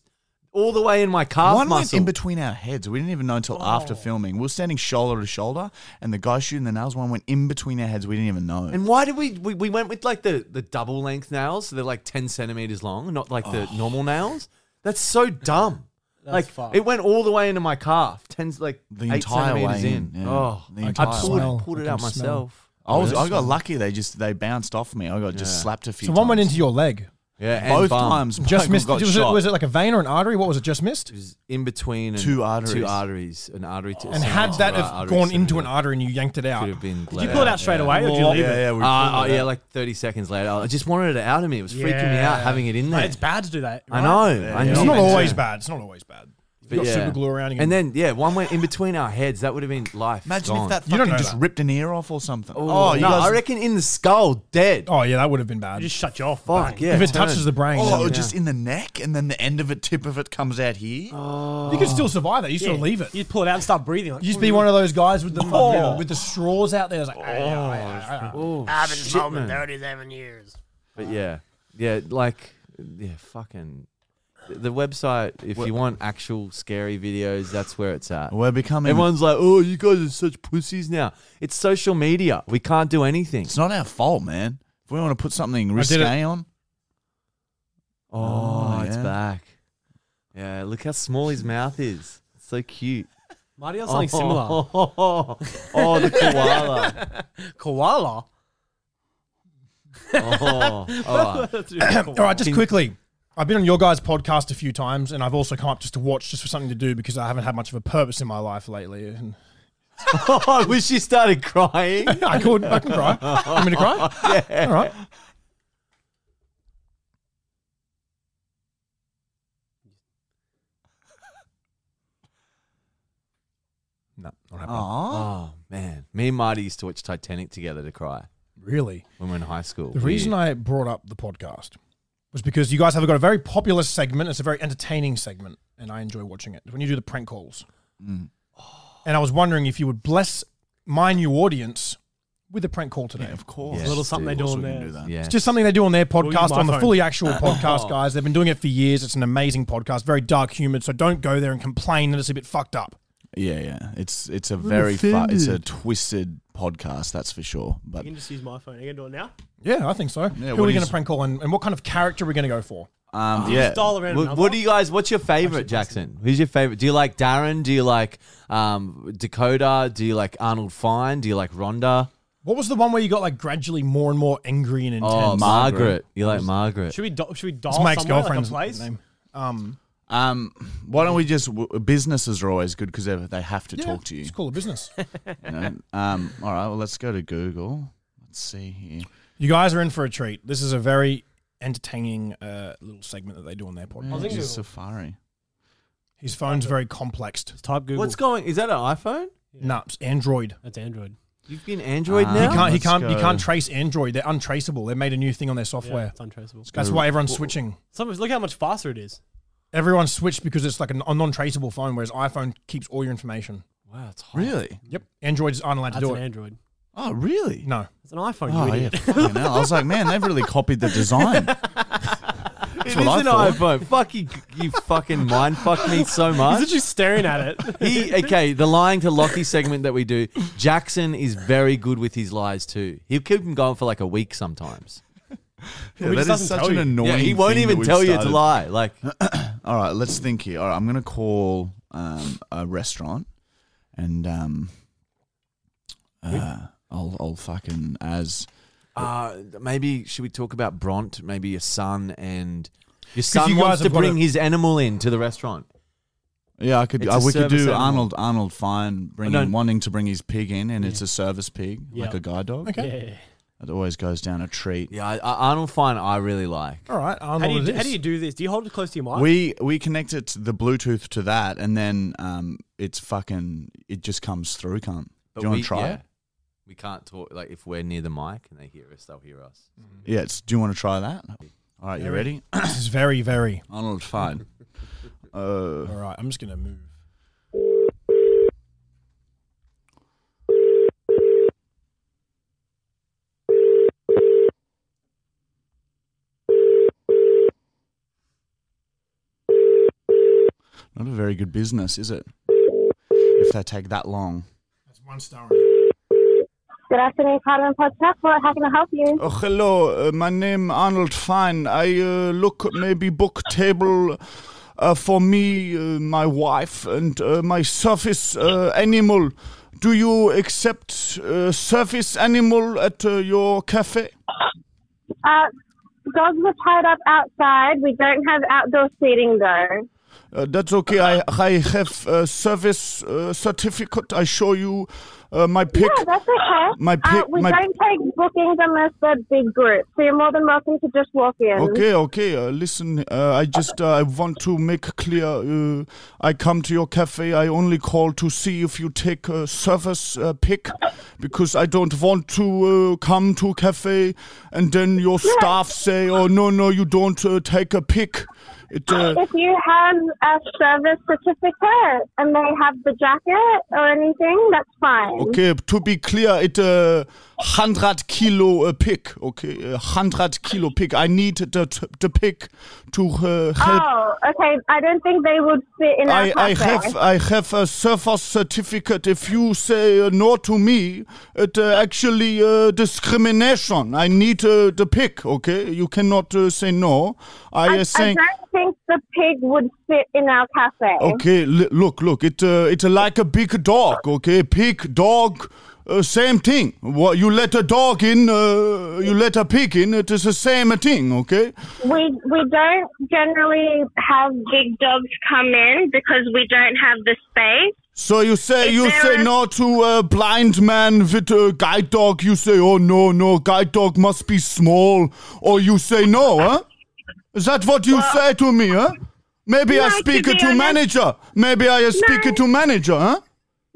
Speaker 2: all the way in my calf
Speaker 3: One went
Speaker 2: muscle. Oh.
Speaker 3: in between our heads. We didn't even know until after filming. We were standing shoulder to shoulder, and the guy shooting the nails one went in between our heads. We didn't even know.
Speaker 2: and why did we, we we went with like the the double length nails? So they're like ten centimeters long, not like the normal nails. That's so dumb. like
Speaker 4: fucked.
Speaker 2: it went all the way into my calf, ten like
Speaker 3: The
Speaker 2: eight
Speaker 3: entire way
Speaker 2: centimeters in.
Speaker 3: in, yeah.
Speaker 2: Oh,
Speaker 3: The entire
Speaker 2: I
Speaker 1: way
Speaker 2: pulled,
Speaker 1: in.
Speaker 2: pulled
Speaker 1: I
Speaker 2: it
Speaker 1: can
Speaker 2: out
Speaker 1: smell.
Speaker 2: myself.
Speaker 3: I was I got lucky. They just they bounced off me. I got just slapped a few.
Speaker 1: so one went
Speaker 3: times.
Speaker 1: into your leg.
Speaker 2: Yeah, and
Speaker 3: both
Speaker 2: bum.
Speaker 3: times.
Speaker 1: Just
Speaker 3: Michael
Speaker 1: missed.
Speaker 3: Got
Speaker 1: Was it,
Speaker 3: shot.
Speaker 1: was it like a vein or an artery? What was it? Just missed.
Speaker 2: It was in between and
Speaker 3: Two arteries.
Speaker 2: two arteries, an artery to
Speaker 1: And had that have gone into an artery and you yanked it out,
Speaker 2: could have been.
Speaker 4: Did you pull it out straight away or did you leave
Speaker 3: yeah,
Speaker 4: it?
Speaker 3: yeah, we
Speaker 2: Uh, oh,
Speaker 3: pulled it
Speaker 2: yeah,
Speaker 3: out.
Speaker 2: like 30 seconds later. I just wanted it out of me. It was freaking me
Speaker 4: Yeah.
Speaker 2: out having it in there.
Speaker 4: Like, it's bad to do that.
Speaker 2: I
Speaker 4: right?
Speaker 2: know. I know.
Speaker 1: it's not always bad. It's not always bad.
Speaker 2: But
Speaker 1: got
Speaker 2: yeah.
Speaker 1: super glue around you.
Speaker 2: And then yeah, one went in between our heads. That would have been life.
Speaker 3: Imagine
Speaker 2: gone.
Speaker 3: if that
Speaker 1: You don't
Speaker 3: fucking
Speaker 1: know
Speaker 3: just
Speaker 1: that.
Speaker 3: ripped an ear off or something.
Speaker 2: Oh,
Speaker 3: you
Speaker 2: no,
Speaker 3: guys-
Speaker 2: I reckon in the skull, dead.
Speaker 1: oh yeah, that would have been bad.
Speaker 4: You just shut you off.
Speaker 2: Fuck yeah.
Speaker 1: if it
Speaker 2: turn.
Speaker 1: touches the brain,
Speaker 3: Oh,
Speaker 1: yeah.
Speaker 3: just in the neck, and then the end of it, tip of it comes out here.
Speaker 2: Oh.
Speaker 1: you could still survive that. You still leave it. You
Speaker 4: You'd pull it out and start breathing. Like,
Speaker 1: just be one of those guys with the fucking-
Speaker 2: Oh.
Speaker 1: with the straws out there. It's like, "Ah, ah, ah, ah, ah."
Speaker 2: Oh,
Speaker 5: I've been
Speaker 2: shit,
Speaker 5: smoking
Speaker 2: man.
Speaker 5: 37 years.
Speaker 2: But yeah, yeah, like yeah, fucking the website. If you want actual scary videos, that's where it's
Speaker 1: Oh,
Speaker 2: at.
Speaker 3: We're becoming.
Speaker 2: Everyone's like, "Oh, you guys are such pussies now." It's social media. We can't do anything.
Speaker 3: it's not our fault, man. If we want to put something risque on,
Speaker 2: Oh, it's
Speaker 3: yeah.
Speaker 2: back. Yeah, look how small his mouth is. It's so cute.
Speaker 4: Marty or something similar.
Speaker 2: Oh, oh, oh, oh, the koala.
Speaker 4: Koala.
Speaker 2: Oh, oh.
Speaker 1: All right, just quickly. I've been on your guys' podcast a few times, and I've also come up just to watch, just for something to do, because I haven't had much of a purpose in my life lately. And
Speaker 2: oh, I wish you started crying.
Speaker 1: I could, I can cry. I'm gonna cry. All right. No, not happening.
Speaker 3: Aw.
Speaker 2: Oh man, me and Marty used to watch Titanic together to cry
Speaker 1: Really?
Speaker 2: when we were in high school.
Speaker 1: The reason I brought up the podcast was because you guys have got a very popular segment. It's a very entertaining segment, and I enjoy watching it. When you do the prank calls, and I was wondering if you would bless my new audience with a prank call today.
Speaker 3: of course.
Speaker 2: Yeah.
Speaker 4: A little something they
Speaker 2: Dude,
Speaker 4: do
Speaker 3: Of course
Speaker 4: on
Speaker 3: we
Speaker 4: there.
Speaker 3: can do that.
Speaker 2: yeah,
Speaker 1: It's just something they do on their
Speaker 4: use
Speaker 1: podcast,
Speaker 4: my
Speaker 1: on the
Speaker 4: phone.
Speaker 1: fully actual podcast, guys. They've been doing it for years. It's an amazing podcast, very dark humor. So don't go there and complain that it's a bit fucked up.
Speaker 3: Yeah, yeah. It's it's a very fu- it's a twisted podcast, that's for sure. But
Speaker 4: You can just use my phone. You can do it now.
Speaker 1: Yeah, I think so. Who are
Speaker 3: what
Speaker 1: we
Speaker 3: is-
Speaker 1: going to prank call, and, and what kind of character are we going to go for?
Speaker 3: um, yeah,
Speaker 4: Dial around.
Speaker 2: What,
Speaker 4: another.
Speaker 2: what do you guys? What's your favorite, Jackson? Who's your favorite? Do you like Darren? Do you like um, Dakota? Do you like Arnold Fine? Do you like Rhonda?
Speaker 1: What was the one where you got like gradually more and more angry and intense?
Speaker 2: Oh, Margaret.
Speaker 3: Margaret.
Speaker 2: You like Margaret?
Speaker 4: Should we, do- should we dial
Speaker 1: It's my
Speaker 4: somewhere, like a
Speaker 1: ex-girlfriend's
Speaker 4: place?
Speaker 1: name. Um,
Speaker 3: Um, why don't we just w- businesses are always good because they they have to
Speaker 1: yeah,
Speaker 3: talk to you.
Speaker 1: It's called a business.
Speaker 3: you know? um, all right, well let's go to Google. Let's see here.
Speaker 1: you guys are in for a treat. This is a very entertaining uh, little segment that they do on their
Speaker 3: Yeah,
Speaker 1: podcast.
Speaker 4: think
Speaker 3: just
Speaker 4: Google.
Speaker 3: Safari.
Speaker 1: His phone's very complexed.
Speaker 4: Just type Google.
Speaker 2: What's going? Is that an iPhone?
Speaker 1: Nah, it's Android.
Speaker 4: That's Android.
Speaker 2: You've been Android
Speaker 3: Ah.
Speaker 2: now.
Speaker 4: Oh,
Speaker 1: Can't, he
Speaker 3: Let's
Speaker 1: can't. You
Speaker 3: go.
Speaker 1: can't trace Android. They're untraceable. They made a new thing on their
Speaker 4: Yeah,
Speaker 1: software.
Speaker 4: it's untraceable.
Speaker 1: That's why everyone's switching.
Speaker 4: Some of, look how much faster it is.
Speaker 1: Everyone switched because it's like a non- non-traceable phone, whereas iPhone keeps all your information.
Speaker 2: Wow, it's hot.
Speaker 3: Really?
Speaker 1: Yep. Androids aren't allowed to
Speaker 4: That's
Speaker 1: do
Speaker 4: an
Speaker 1: it.
Speaker 4: Android.
Speaker 3: Oh, really?
Speaker 1: no.
Speaker 4: It's an iPhone.
Speaker 3: Oh
Speaker 4: you
Speaker 3: yeah,
Speaker 4: idiot.
Speaker 3: fucking hell. I was like, man, they've really copied the design.
Speaker 2: It is
Speaker 3: what I
Speaker 2: an
Speaker 3: thought.
Speaker 2: iPhone. Fuck you, you fucking mind fuck me so
Speaker 4: He's
Speaker 2: much.
Speaker 4: literally staring at it.
Speaker 2: He okay. The lying to Lockie segment that we do. Jackson is very good with his lies too. He'll keep him going for like a week sometimes.
Speaker 3: Yeah,
Speaker 4: just
Speaker 3: that
Speaker 4: doesn't
Speaker 3: is such
Speaker 4: tell
Speaker 3: an
Speaker 4: you.
Speaker 3: annoying.
Speaker 2: yeah, he won't
Speaker 3: thing
Speaker 2: even
Speaker 3: that we've
Speaker 2: tell you to
Speaker 3: started.
Speaker 2: lie. Like
Speaker 3: All right, let's think here. All right, I'm going to call um, a restaurant, and um, uh, I'll I'll fucking as
Speaker 2: Uh, maybe should we talk about Bront? Maybe your son and your son
Speaker 1: you guys
Speaker 2: wants to
Speaker 1: have got
Speaker 2: bring
Speaker 1: a-
Speaker 2: his animal in to the restaurant.
Speaker 3: yeah I could
Speaker 2: It's
Speaker 3: uh,
Speaker 2: a
Speaker 3: we could do
Speaker 2: service animal. Oh,
Speaker 3: Arnold Arnold Fine
Speaker 2: No.
Speaker 3: bringing wanting to bring his pig in, and it's a service pig like
Speaker 4: Yeah.
Speaker 3: a guide dog.
Speaker 1: Okay.
Speaker 4: Yeah.
Speaker 3: It always goes down a treat.
Speaker 2: Yeah, I, I, Arnold Fine, I really like.
Speaker 1: All right. Arnold,
Speaker 4: How do,
Speaker 1: it
Speaker 4: you,
Speaker 1: is.
Speaker 4: how do you do this? Do you hold it close to your mic?
Speaker 3: We we connect it to the Bluetooth to that, and then um, it's fucking it just comes through. Can't do you want
Speaker 2: we-
Speaker 3: to try
Speaker 2: yeah.
Speaker 3: it?
Speaker 2: We can't talk like if we're near the mic and they hear us, they'll hear us.
Speaker 3: Yeah, it's, do you want to try that? All right, you ready?
Speaker 1: This is very, very.
Speaker 3: Arnold Fine. Uh,
Speaker 1: All right. I'm just gonna move.
Speaker 3: Not a very good business, is it? If they take that long.
Speaker 1: That's one star.
Speaker 6: Good afternoon, Carmen Podcast. Well, how can I help you?
Speaker 3: Oh, hello. Uh, my name Arnold Fine. I uh, look maybe book table uh, for me, uh, my wife, and uh, my surface uh, animal. Do you accept uh, surface animal at uh, your cafe?
Speaker 6: Uh, dogs were tied up outside. We don't have outdoor seating, though.
Speaker 3: Uh, that's okay. I, I have a service uh, certificate. I show you uh, my pic.
Speaker 6: Yeah, that's okay.
Speaker 3: My
Speaker 6: uh,
Speaker 3: pic-
Speaker 6: we
Speaker 3: my-
Speaker 6: don't take bookings unless they're big groups, so you're more than welcome to just walk in.
Speaker 3: Okay, okay. Uh, listen, uh, I just uh, I want to make clear. Uh, I come to your cafe. I only call to see if you take a service uh, pick, because I don't want to uh, come to cafe and then your staff say, "Oh no, no, you don't uh, take a pick." It, uh,
Speaker 6: If you have a service certificate and they have the jacket or anything, that's fine.
Speaker 3: okay. To be clear, it uh, hundred kilo uh, pick. Okay, uh, hundred kilo pick. I need the the pick to uh, help.
Speaker 6: Oh, okay. I don't think they would fit in our
Speaker 3: I, I
Speaker 6: cafe.
Speaker 3: have I have a surfer certificate. If you say uh, no to me, it uh, actually uh, discrimination. I need uh, the pick. Okay, you cannot uh, say no. I,
Speaker 6: I,
Speaker 3: uh, saying.
Speaker 6: I don't think the pig would fit in our cafe.
Speaker 3: Okay, l- look, look. It uh, it's like a big dog. Okay, pig, dog, uh, same thing. What you let a dog in, uh, you let a pig in. It is the same thing. Okay.
Speaker 6: We we don't generally have big dogs come in because we don't have the space.
Speaker 3: So you say
Speaker 6: If
Speaker 3: you
Speaker 6: there
Speaker 3: say
Speaker 6: is-
Speaker 3: no to a blind man with a guide dog. You say, oh no, no, guide dog must be small. Or you say no, huh? Is that what you say to me, huh? Maybe I
Speaker 6: No, to
Speaker 3: speak
Speaker 6: be
Speaker 3: it to
Speaker 6: honest-
Speaker 3: manager. Maybe I speak
Speaker 6: No.
Speaker 3: it to manager, huh?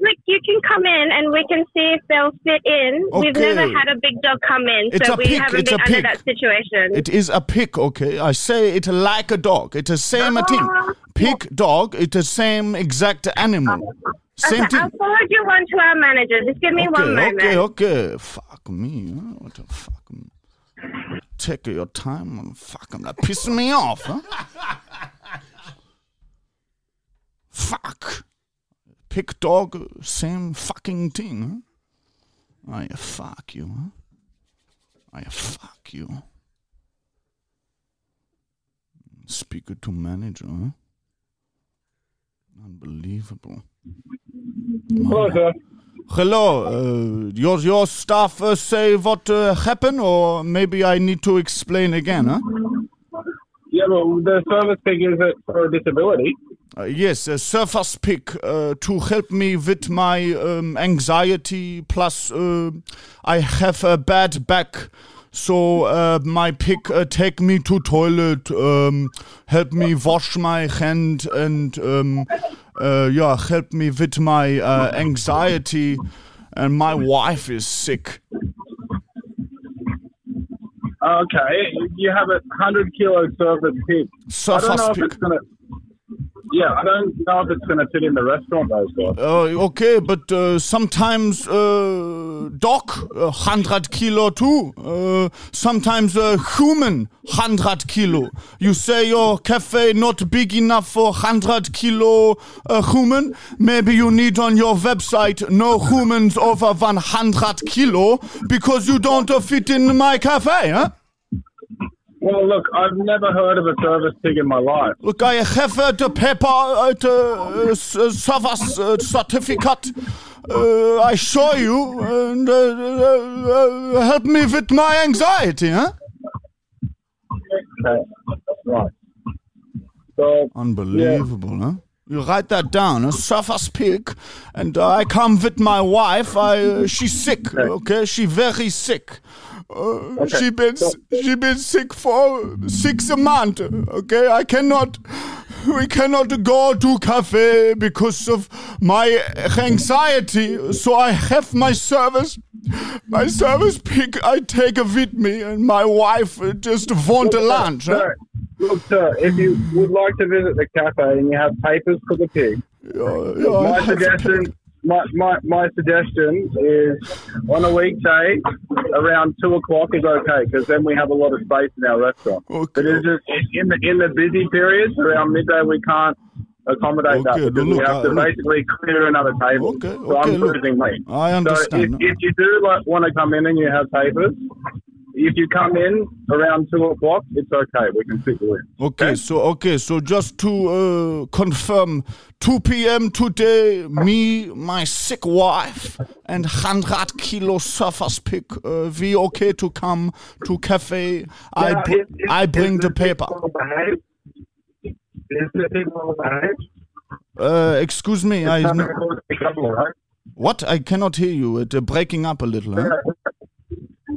Speaker 6: Look, you can come in and we can see if they'll fit in. We've
Speaker 3: Okay.
Speaker 6: never had a big dog come in,
Speaker 3: It's
Speaker 6: so
Speaker 3: a
Speaker 6: we
Speaker 3: pig,
Speaker 6: haven't
Speaker 3: it's
Speaker 6: been
Speaker 3: a
Speaker 6: under
Speaker 3: pig.
Speaker 6: that situation.
Speaker 3: It is a pig, okay? I say it like a dog. It's the same thing.
Speaker 6: Uh,
Speaker 3: Pig, dog, it's the same exact animal. Same
Speaker 6: okay, I'll
Speaker 3: thing.
Speaker 6: forward you on to our manager. Just give me one
Speaker 3: Okay,
Speaker 6: moment.
Speaker 3: okay, okay. Fuck me. Huh? What the fuck? Take your time and fuck him. That pissing me off, huh? fuck. Pick dog, same fucking thing, huh? I fuck you, huh? I fuck you. Speaker to manager, huh? Unbelievable.
Speaker 5: Hello, sir.
Speaker 3: Hello, uh, your your staff uh, say what uh, happened, or maybe I need to explain again, huh?
Speaker 5: Yeah, well, the service thing is it for a disability.
Speaker 3: Uh, yes, a surface pick uh, to help me with my um, anxiety. Plus, uh, I have a bad back, so uh, my pick uh, take me to toilet, um, help me wash my hand, and um, uh, yeah, help me with my uh, anxiety. And my wife is sick.
Speaker 5: Okay, you have a hundred kilo service pig. I don't
Speaker 3: Surface
Speaker 5: know if
Speaker 3: pick.
Speaker 5: it's gonna. Yeah, I don't know if it's gonna fit in the restaurant though, sir.
Speaker 3: Uh, okay, but uh, sometimes uh, dog uh, hundred kilo too. Uh, sometimes uh, human hundred kilo. You say your cafe not big enough for hundred kilo uh, human. Maybe you need on your website no humans over one hundred kilo because you don't uh, fit in my cafe, huh?
Speaker 5: Well, look, I've never heard of a service pig in my life.
Speaker 3: Look, I have uh, the paper, uh, the uh, s- uh, service uh, certificate. Uh, I show you and uh, uh, uh, help me with my anxiety, huh?
Speaker 5: Okay, right. So
Speaker 3: Unbelievable, huh? You write that down, a surface pig, and uh, I come with my wife. I uh, she's sick, okay? She very sick. Uh, She been s- she been sick for six a month, okay? I cannot, we cannot go to cafe because of my anxiety. So I have my service, my service pig. I take with me, and my wife uh, just want a lunch. huh?
Speaker 5: Sir, look, sir, if you would like to visit the cafe and you have papers for the pig,
Speaker 3: Yeah, yeah, I
Speaker 5: my
Speaker 3: have a pig.
Speaker 5: suggestion, my, my, my suggestion is on a weekday around two o'clock is okay because then we have a lot of space in our restaurant.
Speaker 3: Okay.
Speaker 5: But it's just in the in the busy periods around midday we can't accommodate
Speaker 3: Okay,
Speaker 5: that because
Speaker 3: Oh, look,
Speaker 5: we have to
Speaker 3: I- look.
Speaker 5: basically clear another table.
Speaker 3: Okay,
Speaker 5: so
Speaker 3: okay,
Speaker 5: I'm
Speaker 3: look.
Speaker 5: losing money.
Speaker 3: I
Speaker 5: So
Speaker 3: understand.
Speaker 5: if, if you do like, want to come in and you have papers. If you come in around two o'clock, it's okay. We can fit you in.
Speaker 3: Okay, so okay, so just to uh, confirm, 2 p.m. today, me, my sick wife, and 100 kilo surface pig, uh, we okay to come to cafe? I
Speaker 5: Now,
Speaker 3: br-
Speaker 5: if- if-
Speaker 3: I bring
Speaker 5: if
Speaker 3: the
Speaker 5: pig
Speaker 3: paper.
Speaker 5: will behave, Is there people on age?
Speaker 7: Uh, excuse me, I
Speaker 5: Something called a couple, right?
Speaker 7: what? I cannot hear you. It's uh, breaking up a little. Huh?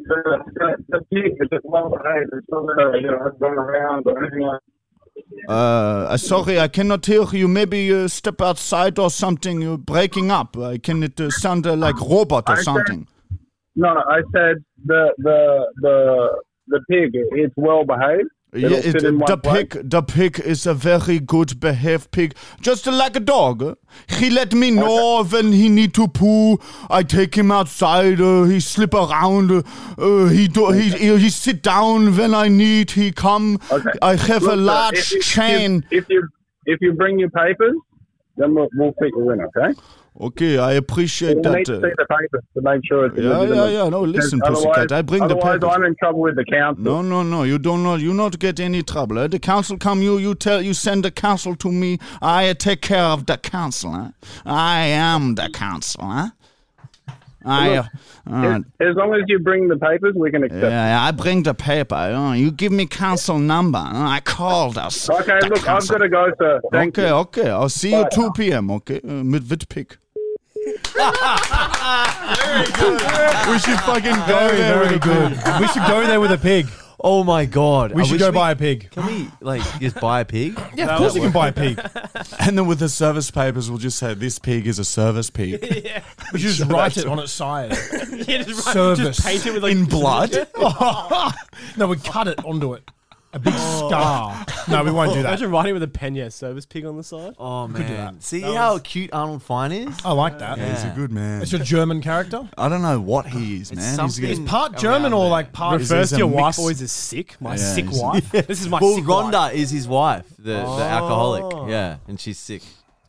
Speaker 5: So the- the gig is at one age. It's not that, you know, I've gone around or anything like
Speaker 7: Uh, uh, sorry, I cannot hear you. Maybe uh, step outside or something. You're breaking up. Uh, can it uh, sound uh, like robot or
Speaker 5: Okay.
Speaker 7: something?
Speaker 5: No, I said the the the the pig. It's well behaved.
Speaker 7: Yeah,
Speaker 5: It'll
Speaker 7: it,
Speaker 5: sit in one
Speaker 7: the
Speaker 5: place.
Speaker 7: pig, the pig is a very good behaved pig, just like a dog. He let me know when he need to poo. I take him outside. Uh, he slip around. Uh, uh, he do. He, he he sit down when I need. He come.
Speaker 5: Okay.
Speaker 7: I have
Speaker 5: Look,
Speaker 7: a
Speaker 5: sir,
Speaker 7: large
Speaker 5: if you- if you-
Speaker 7: chain.
Speaker 5: If you if you bring your papers, then we'll, we'll pick the winner. Okay.
Speaker 7: okay, I
Speaker 5: We
Speaker 7: appreciate
Speaker 5: need
Speaker 7: that.
Speaker 5: to
Speaker 7: uh,
Speaker 5: see the papers to make sure it's.
Speaker 7: Yeah,
Speaker 5: legitimate.
Speaker 7: yeah, yeah, no, listen,
Speaker 5: Because
Speaker 7: pussycat, I bring the
Speaker 5: otherwise
Speaker 7: papers.
Speaker 5: I'm in trouble with the council.
Speaker 7: No, no, no. You don't know. You not get any trouble. eh? The council come. You, you tell. You send the council to me. I take care of the council. Huh? I am the council. Huh? I. Uh, uh,
Speaker 5: As long as you bring the papers, we can accept.
Speaker 7: yeah, I bring the paper. uh, you give me council number. uh, I called us.
Speaker 5: Okay,
Speaker 7: the
Speaker 5: look, I've
Speaker 7: council.
Speaker 5: got to go, sir. Thank
Speaker 7: okay,
Speaker 5: you.
Speaker 7: okay. I'll see you 2 p.m. Okay, uh, mid with pick.
Speaker 3: We should fucking go
Speaker 1: Very, very good. We should go there with a pig.
Speaker 2: Oh my god!
Speaker 1: We
Speaker 2: I
Speaker 1: should
Speaker 2: wish
Speaker 1: go buy a pig.
Speaker 2: Can we like just buy a pig?
Speaker 1: Yeah, of course you can buy a pig.
Speaker 3: And then with the service papers, we'll just say this pig is a service pig
Speaker 1: We should just write it on its side.
Speaker 4: Yeah, just, right,
Speaker 1: Service.
Speaker 4: just paint it with like
Speaker 3: in blood.
Speaker 1: no, we cut it onto it. A big
Speaker 4: Oh.
Speaker 1: scar. No, we won't do that.
Speaker 4: Imagine writing with a pen, yeah, service pig on the side.
Speaker 2: Oh man! See how cute Arnold Fine is?
Speaker 1: I like that.
Speaker 3: He's a good man.
Speaker 1: It's a German character.
Speaker 3: I don't know what he is, man. He's
Speaker 2: something-
Speaker 3: gonna-
Speaker 1: Part German or like part
Speaker 3: Is
Speaker 4: Refers
Speaker 3: this a
Speaker 4: to your wife
Speaker 3: mix?
Speaker 4: always as sick. My
Speaker 3: Yeah,
Speaker 4: sick
Speaker 3: he's-
Speaker 4: wife. This is my
Speaker 2: Well,
Speaker 4: sick
Speaker 2: Rhonda
Speaker 4: wife.
Speaker 2: is his wife, the, the alcoholic. Yeah, and she's sick.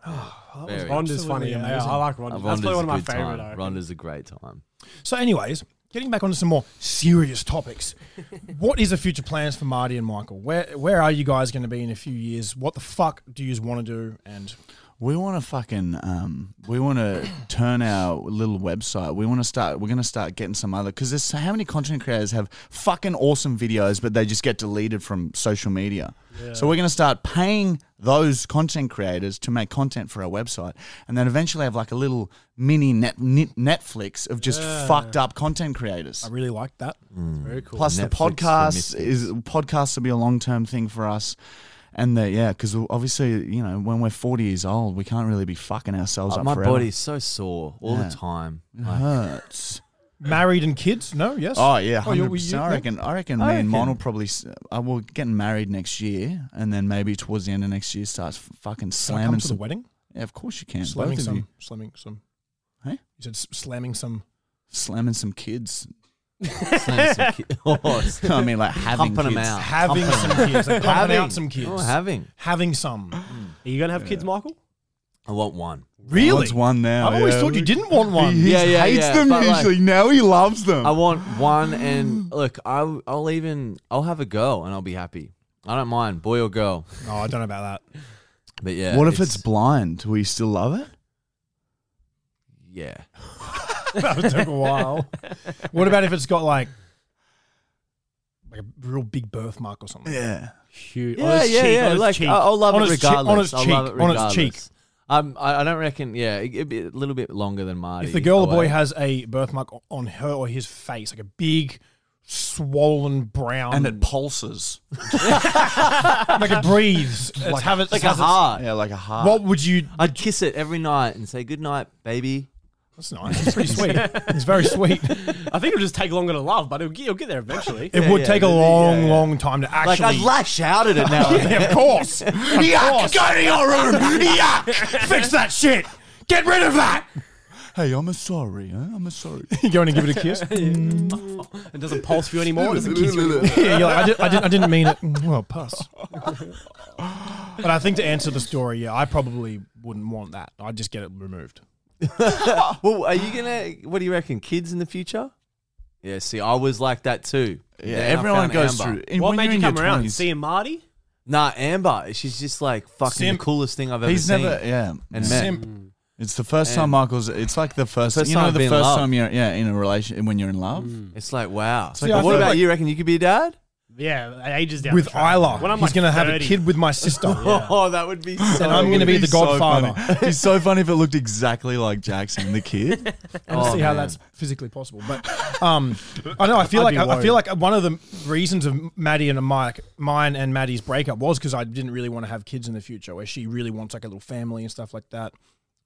Speaker 2: Very.
Speaker 4: Rhonda's funny. Yeah, yeah, I like Rhonda.
Speaker 2: Rhonda's
Speaker 4: That's probably one
Speaker 2: a
Speaker 4: of my
Speaker 2: good
Speaker 4: favorite. I
Speaker 2: Time.
Speaker 4: reckon.
Speaker 2: Rhonda's a great time.
Speaker 1: So, anyways, getting back onto some more serious topics. what is the future plans for Marty and Michael? Where where are you guys going to be in a few years? What the fuck do you want to do? And
Speaker 3: We want to fucking um, we want to turn our little website. We want to start. We're gonna start getting some other because there's so- how many content creators have fucking awesome videos, but they just get deleted from social media. So we're gonna start paying those content creators to make content for our website, and then eventually have like a little mini net, net Netflix of just fucked up content creators.
Speaker 1: I really like that.
Speaker 4: Very cool.
Speaker 3: Mm. Plus the
Speaker 2: Netflix for
Speaker 3: podcast
Speaker 2: misfits.
Speaker 3: is podcasts will be a long term thing for us. And the, yeah, because obviously, you know, when we're 40 years old, we can't really be fucking ourselves up
Speaker 2: Oh, Uh, my
Speaker 3: forever.
Speaker 2: body's so sore all
Speaker 3: Yeah.
Speaker 2: the time.
Speaker 3: It
Speaker 2: Like,
Speaker 3: hurts.
Speaker 1: Married and kids? No, yes.
Speaker 3: Oh, yeah, 100%.
Speaker 1: you-
Speaker 3: I
Speaker 1: you-
Speaker 3: reckon, I reckon
Speaker 2: I
Speaker 3: me and Mon
Speaker 2: reckon-
Speaker 3: will probably, s- I will getting married next year and then maybe towards the end of next year starts f-
Speaker 1: Can I
Speaker 3: fucking
Speaker 1: come
Speaker 3: slamming
Speaker 1: to the
Speaker 3: some.
Speaker 1: wedding?
Speaker 3: yeah, of course you can.
Speaker 1: Slamming
Speaker 3: Both of you.
Speaker 1: some, slamming some.
Speaker 3: Hey?
Speaker 1: You said s- slamming some.
Speaker 3: Slamming some kids.
Speaker 2: slaying some ki- horse.
Speaker 3: I mean, like having
Speaker 2: Pumping 'em
Speaker 3: kids.
Speaker 2: out.
Speaker 1: Having some kids. Like having out some kids.
Speaker 2: Oh, having.
Speaker 1: having some.
Speaker 4: Are you gonna have kids, Michael?
Speaker 2: I want one.
Speaker 1: Really?
Speaker 3: Wants one now.
Speaker 1: I've always
Speaker 3: yeah.
Speaker 1: thought you didn't want one.
Speaker 3: He
Speaker 2: Yeah, yeah,
Speaker 3: hates
Speaker 2: yeah,
Speaker 3: them
Speaker 2: but, like-
Speaker 3: usually. now he loves them.
Speaker 2: I want one, and look, I, I'll even I'll have a girl, and I'll be happy. I don't mind, boy or girl.
Speaker 1: Oh, I don't know about that.
Speaker 2: But yeah,
Speaker 3: what if it's blind? Will you still love it?
Speaker 2: yeah?
Speaker 1: That took a while. What about if it's got like like a real big birthmark or something?
Speaker 3: Yeah.
Speaker 4: Huge.
Speaker 2: Yeah, yeah, yeah. Like I- I'll love
Speaker 1: On
Speaker 2: it
Speaker 1: its cheek- on its
Speaker 2: regardless. I'll love
Speaker 1: cheek,
Speaker 2: it
Speaker 1: on its cheek.
Speaker 2: regardless. Um, I, I don't reckon. Yeah, it, it'd be a little bit longer than Marty.
Speaker 1: If the girl or
Speaker 2: away.
Speaker 1: boy has a birthmark o- on her or his face, like a big swollen brown,
Speaker 3: And it pulses.
Speaker 1: like it breathes, like have it,
Speaker 2: like a
Speaker 1: has its-
Speaker 2: heart,
Speaker 3: Yeah, like a heart.
Speaker 1: What would you?
Speaker 2: I'd kiss it every night and say good night, baby.
Speaker 1: That's nice. It's pretty sweet. It's very sweet.
Speaker 4: I think it'll just take longer to love, but it'll get, you'll get there eventually.
Speaker 1: It
Speaker 2: Yeah,
Speaker 1: would
Speaker 2: yeah,
Speaker 1: take a
Speaker 2: yeah, yeah,
Speaker 1: long,
Speaker 2: yeah.
Speaker 1: long time to
Speaker 2: Like
Speaker 1: actually.
Speaker 2: I'd lash out at it now. and then.
Speaker 1: yeah, of course. Of
Speaker 2: Oh,
Speaker 1: course.
Speaker 3: to your room. Yuck.
Speaker 1: Fix that shit. Get rid of that.
Speaker 3: Hey, I'm a sorry. Huh? I'm a sorry.
Speaker 1: You going to give it a kiss?
Speaker 4: It doesn't pulse for you anymore. It doesn't kiss you anymore.
Speaker 1: yeah, you're like, I, did, I, did, I didn't mean it. Mm, Well, puss. but I think to answer the story, yeah, I probably wouldn't want that. I'd just get it removed.
Speaker 2: Well, are you gonna? What do you reckon? Kids in the future? Yeah. See, I was like that too.
Speaker 3: Yeah,
Speaker 2: Then I
Speaker 3: everyone
Speaker 2: found
Speaker 3: goes
Speaker 2: Amber.
Speaker 3: through. and
Speaker 4: What
Speaker 3: when
Speaker 4: made
Speaker 3: you're
Speaker 4: you
Speaker 3: in your
Speaker 4: come around?
Speaker 3: 20s,
Speaker 4: Seeing Marty?
Speaker 2: Nah, Amber. She's just like fucking
Speaker 1: Sim.
Speaker 2: the coolest thing I've ever
Speaker 3: He's
Speaker 2: seen.
Speaker 3: never, yeah.
Speaker 2: and
Speaker 3: yeah.
Speaker 2: met.
Speaker 1: Simp.
Speaker 3: It's the first time Michael's. It's like the first.
Speaker 2: First
Speaker 3: you know,
Speaker 2: time I've
Speaker 3: the
Speaker 2: been
Speaker 3: first
Speaker 2: in love. Mm.
Speaker 3: time you're, yeah, in a relation when you're in love.
Speaker 2: It's like wow.
Speaker 1: like-
Speaker 2: what
Speaker 1: I feel
Speaker 2: about
Speaker 1: like-
Speaker 2: you? Reckon you could be a dad?
Speaker 8: yeah, ages down
Speaker 1: with
Speaker 8: the track.
Speaker 1: Isla.
Speaker 8: When I'm
Speaker 1: He's
Speaker 8: like
Speaker 1: going to have a
Speaker 8: 30.
Speaker 1: kid with my sister.
Speaker 2: Oh, that would be so.
Speaker 1: And I'm going to be the godfather.
Speaker 3: It's so funny if it looked exactly like Jackson the kid.
Speaker 1: I don't see how that's physically possible. But um, I know I feel
Speaker 8: I'd
Speaker 1: like
Speaker 8: be
Speaker 1: I, I
Speaker 8: worried.
Speaker 1: feel like one of the reasons of Maddie and Mike, mine and Maddie's breakup was because I didn't really want to have kids in the future, where she really wants like a little family and stuff like that.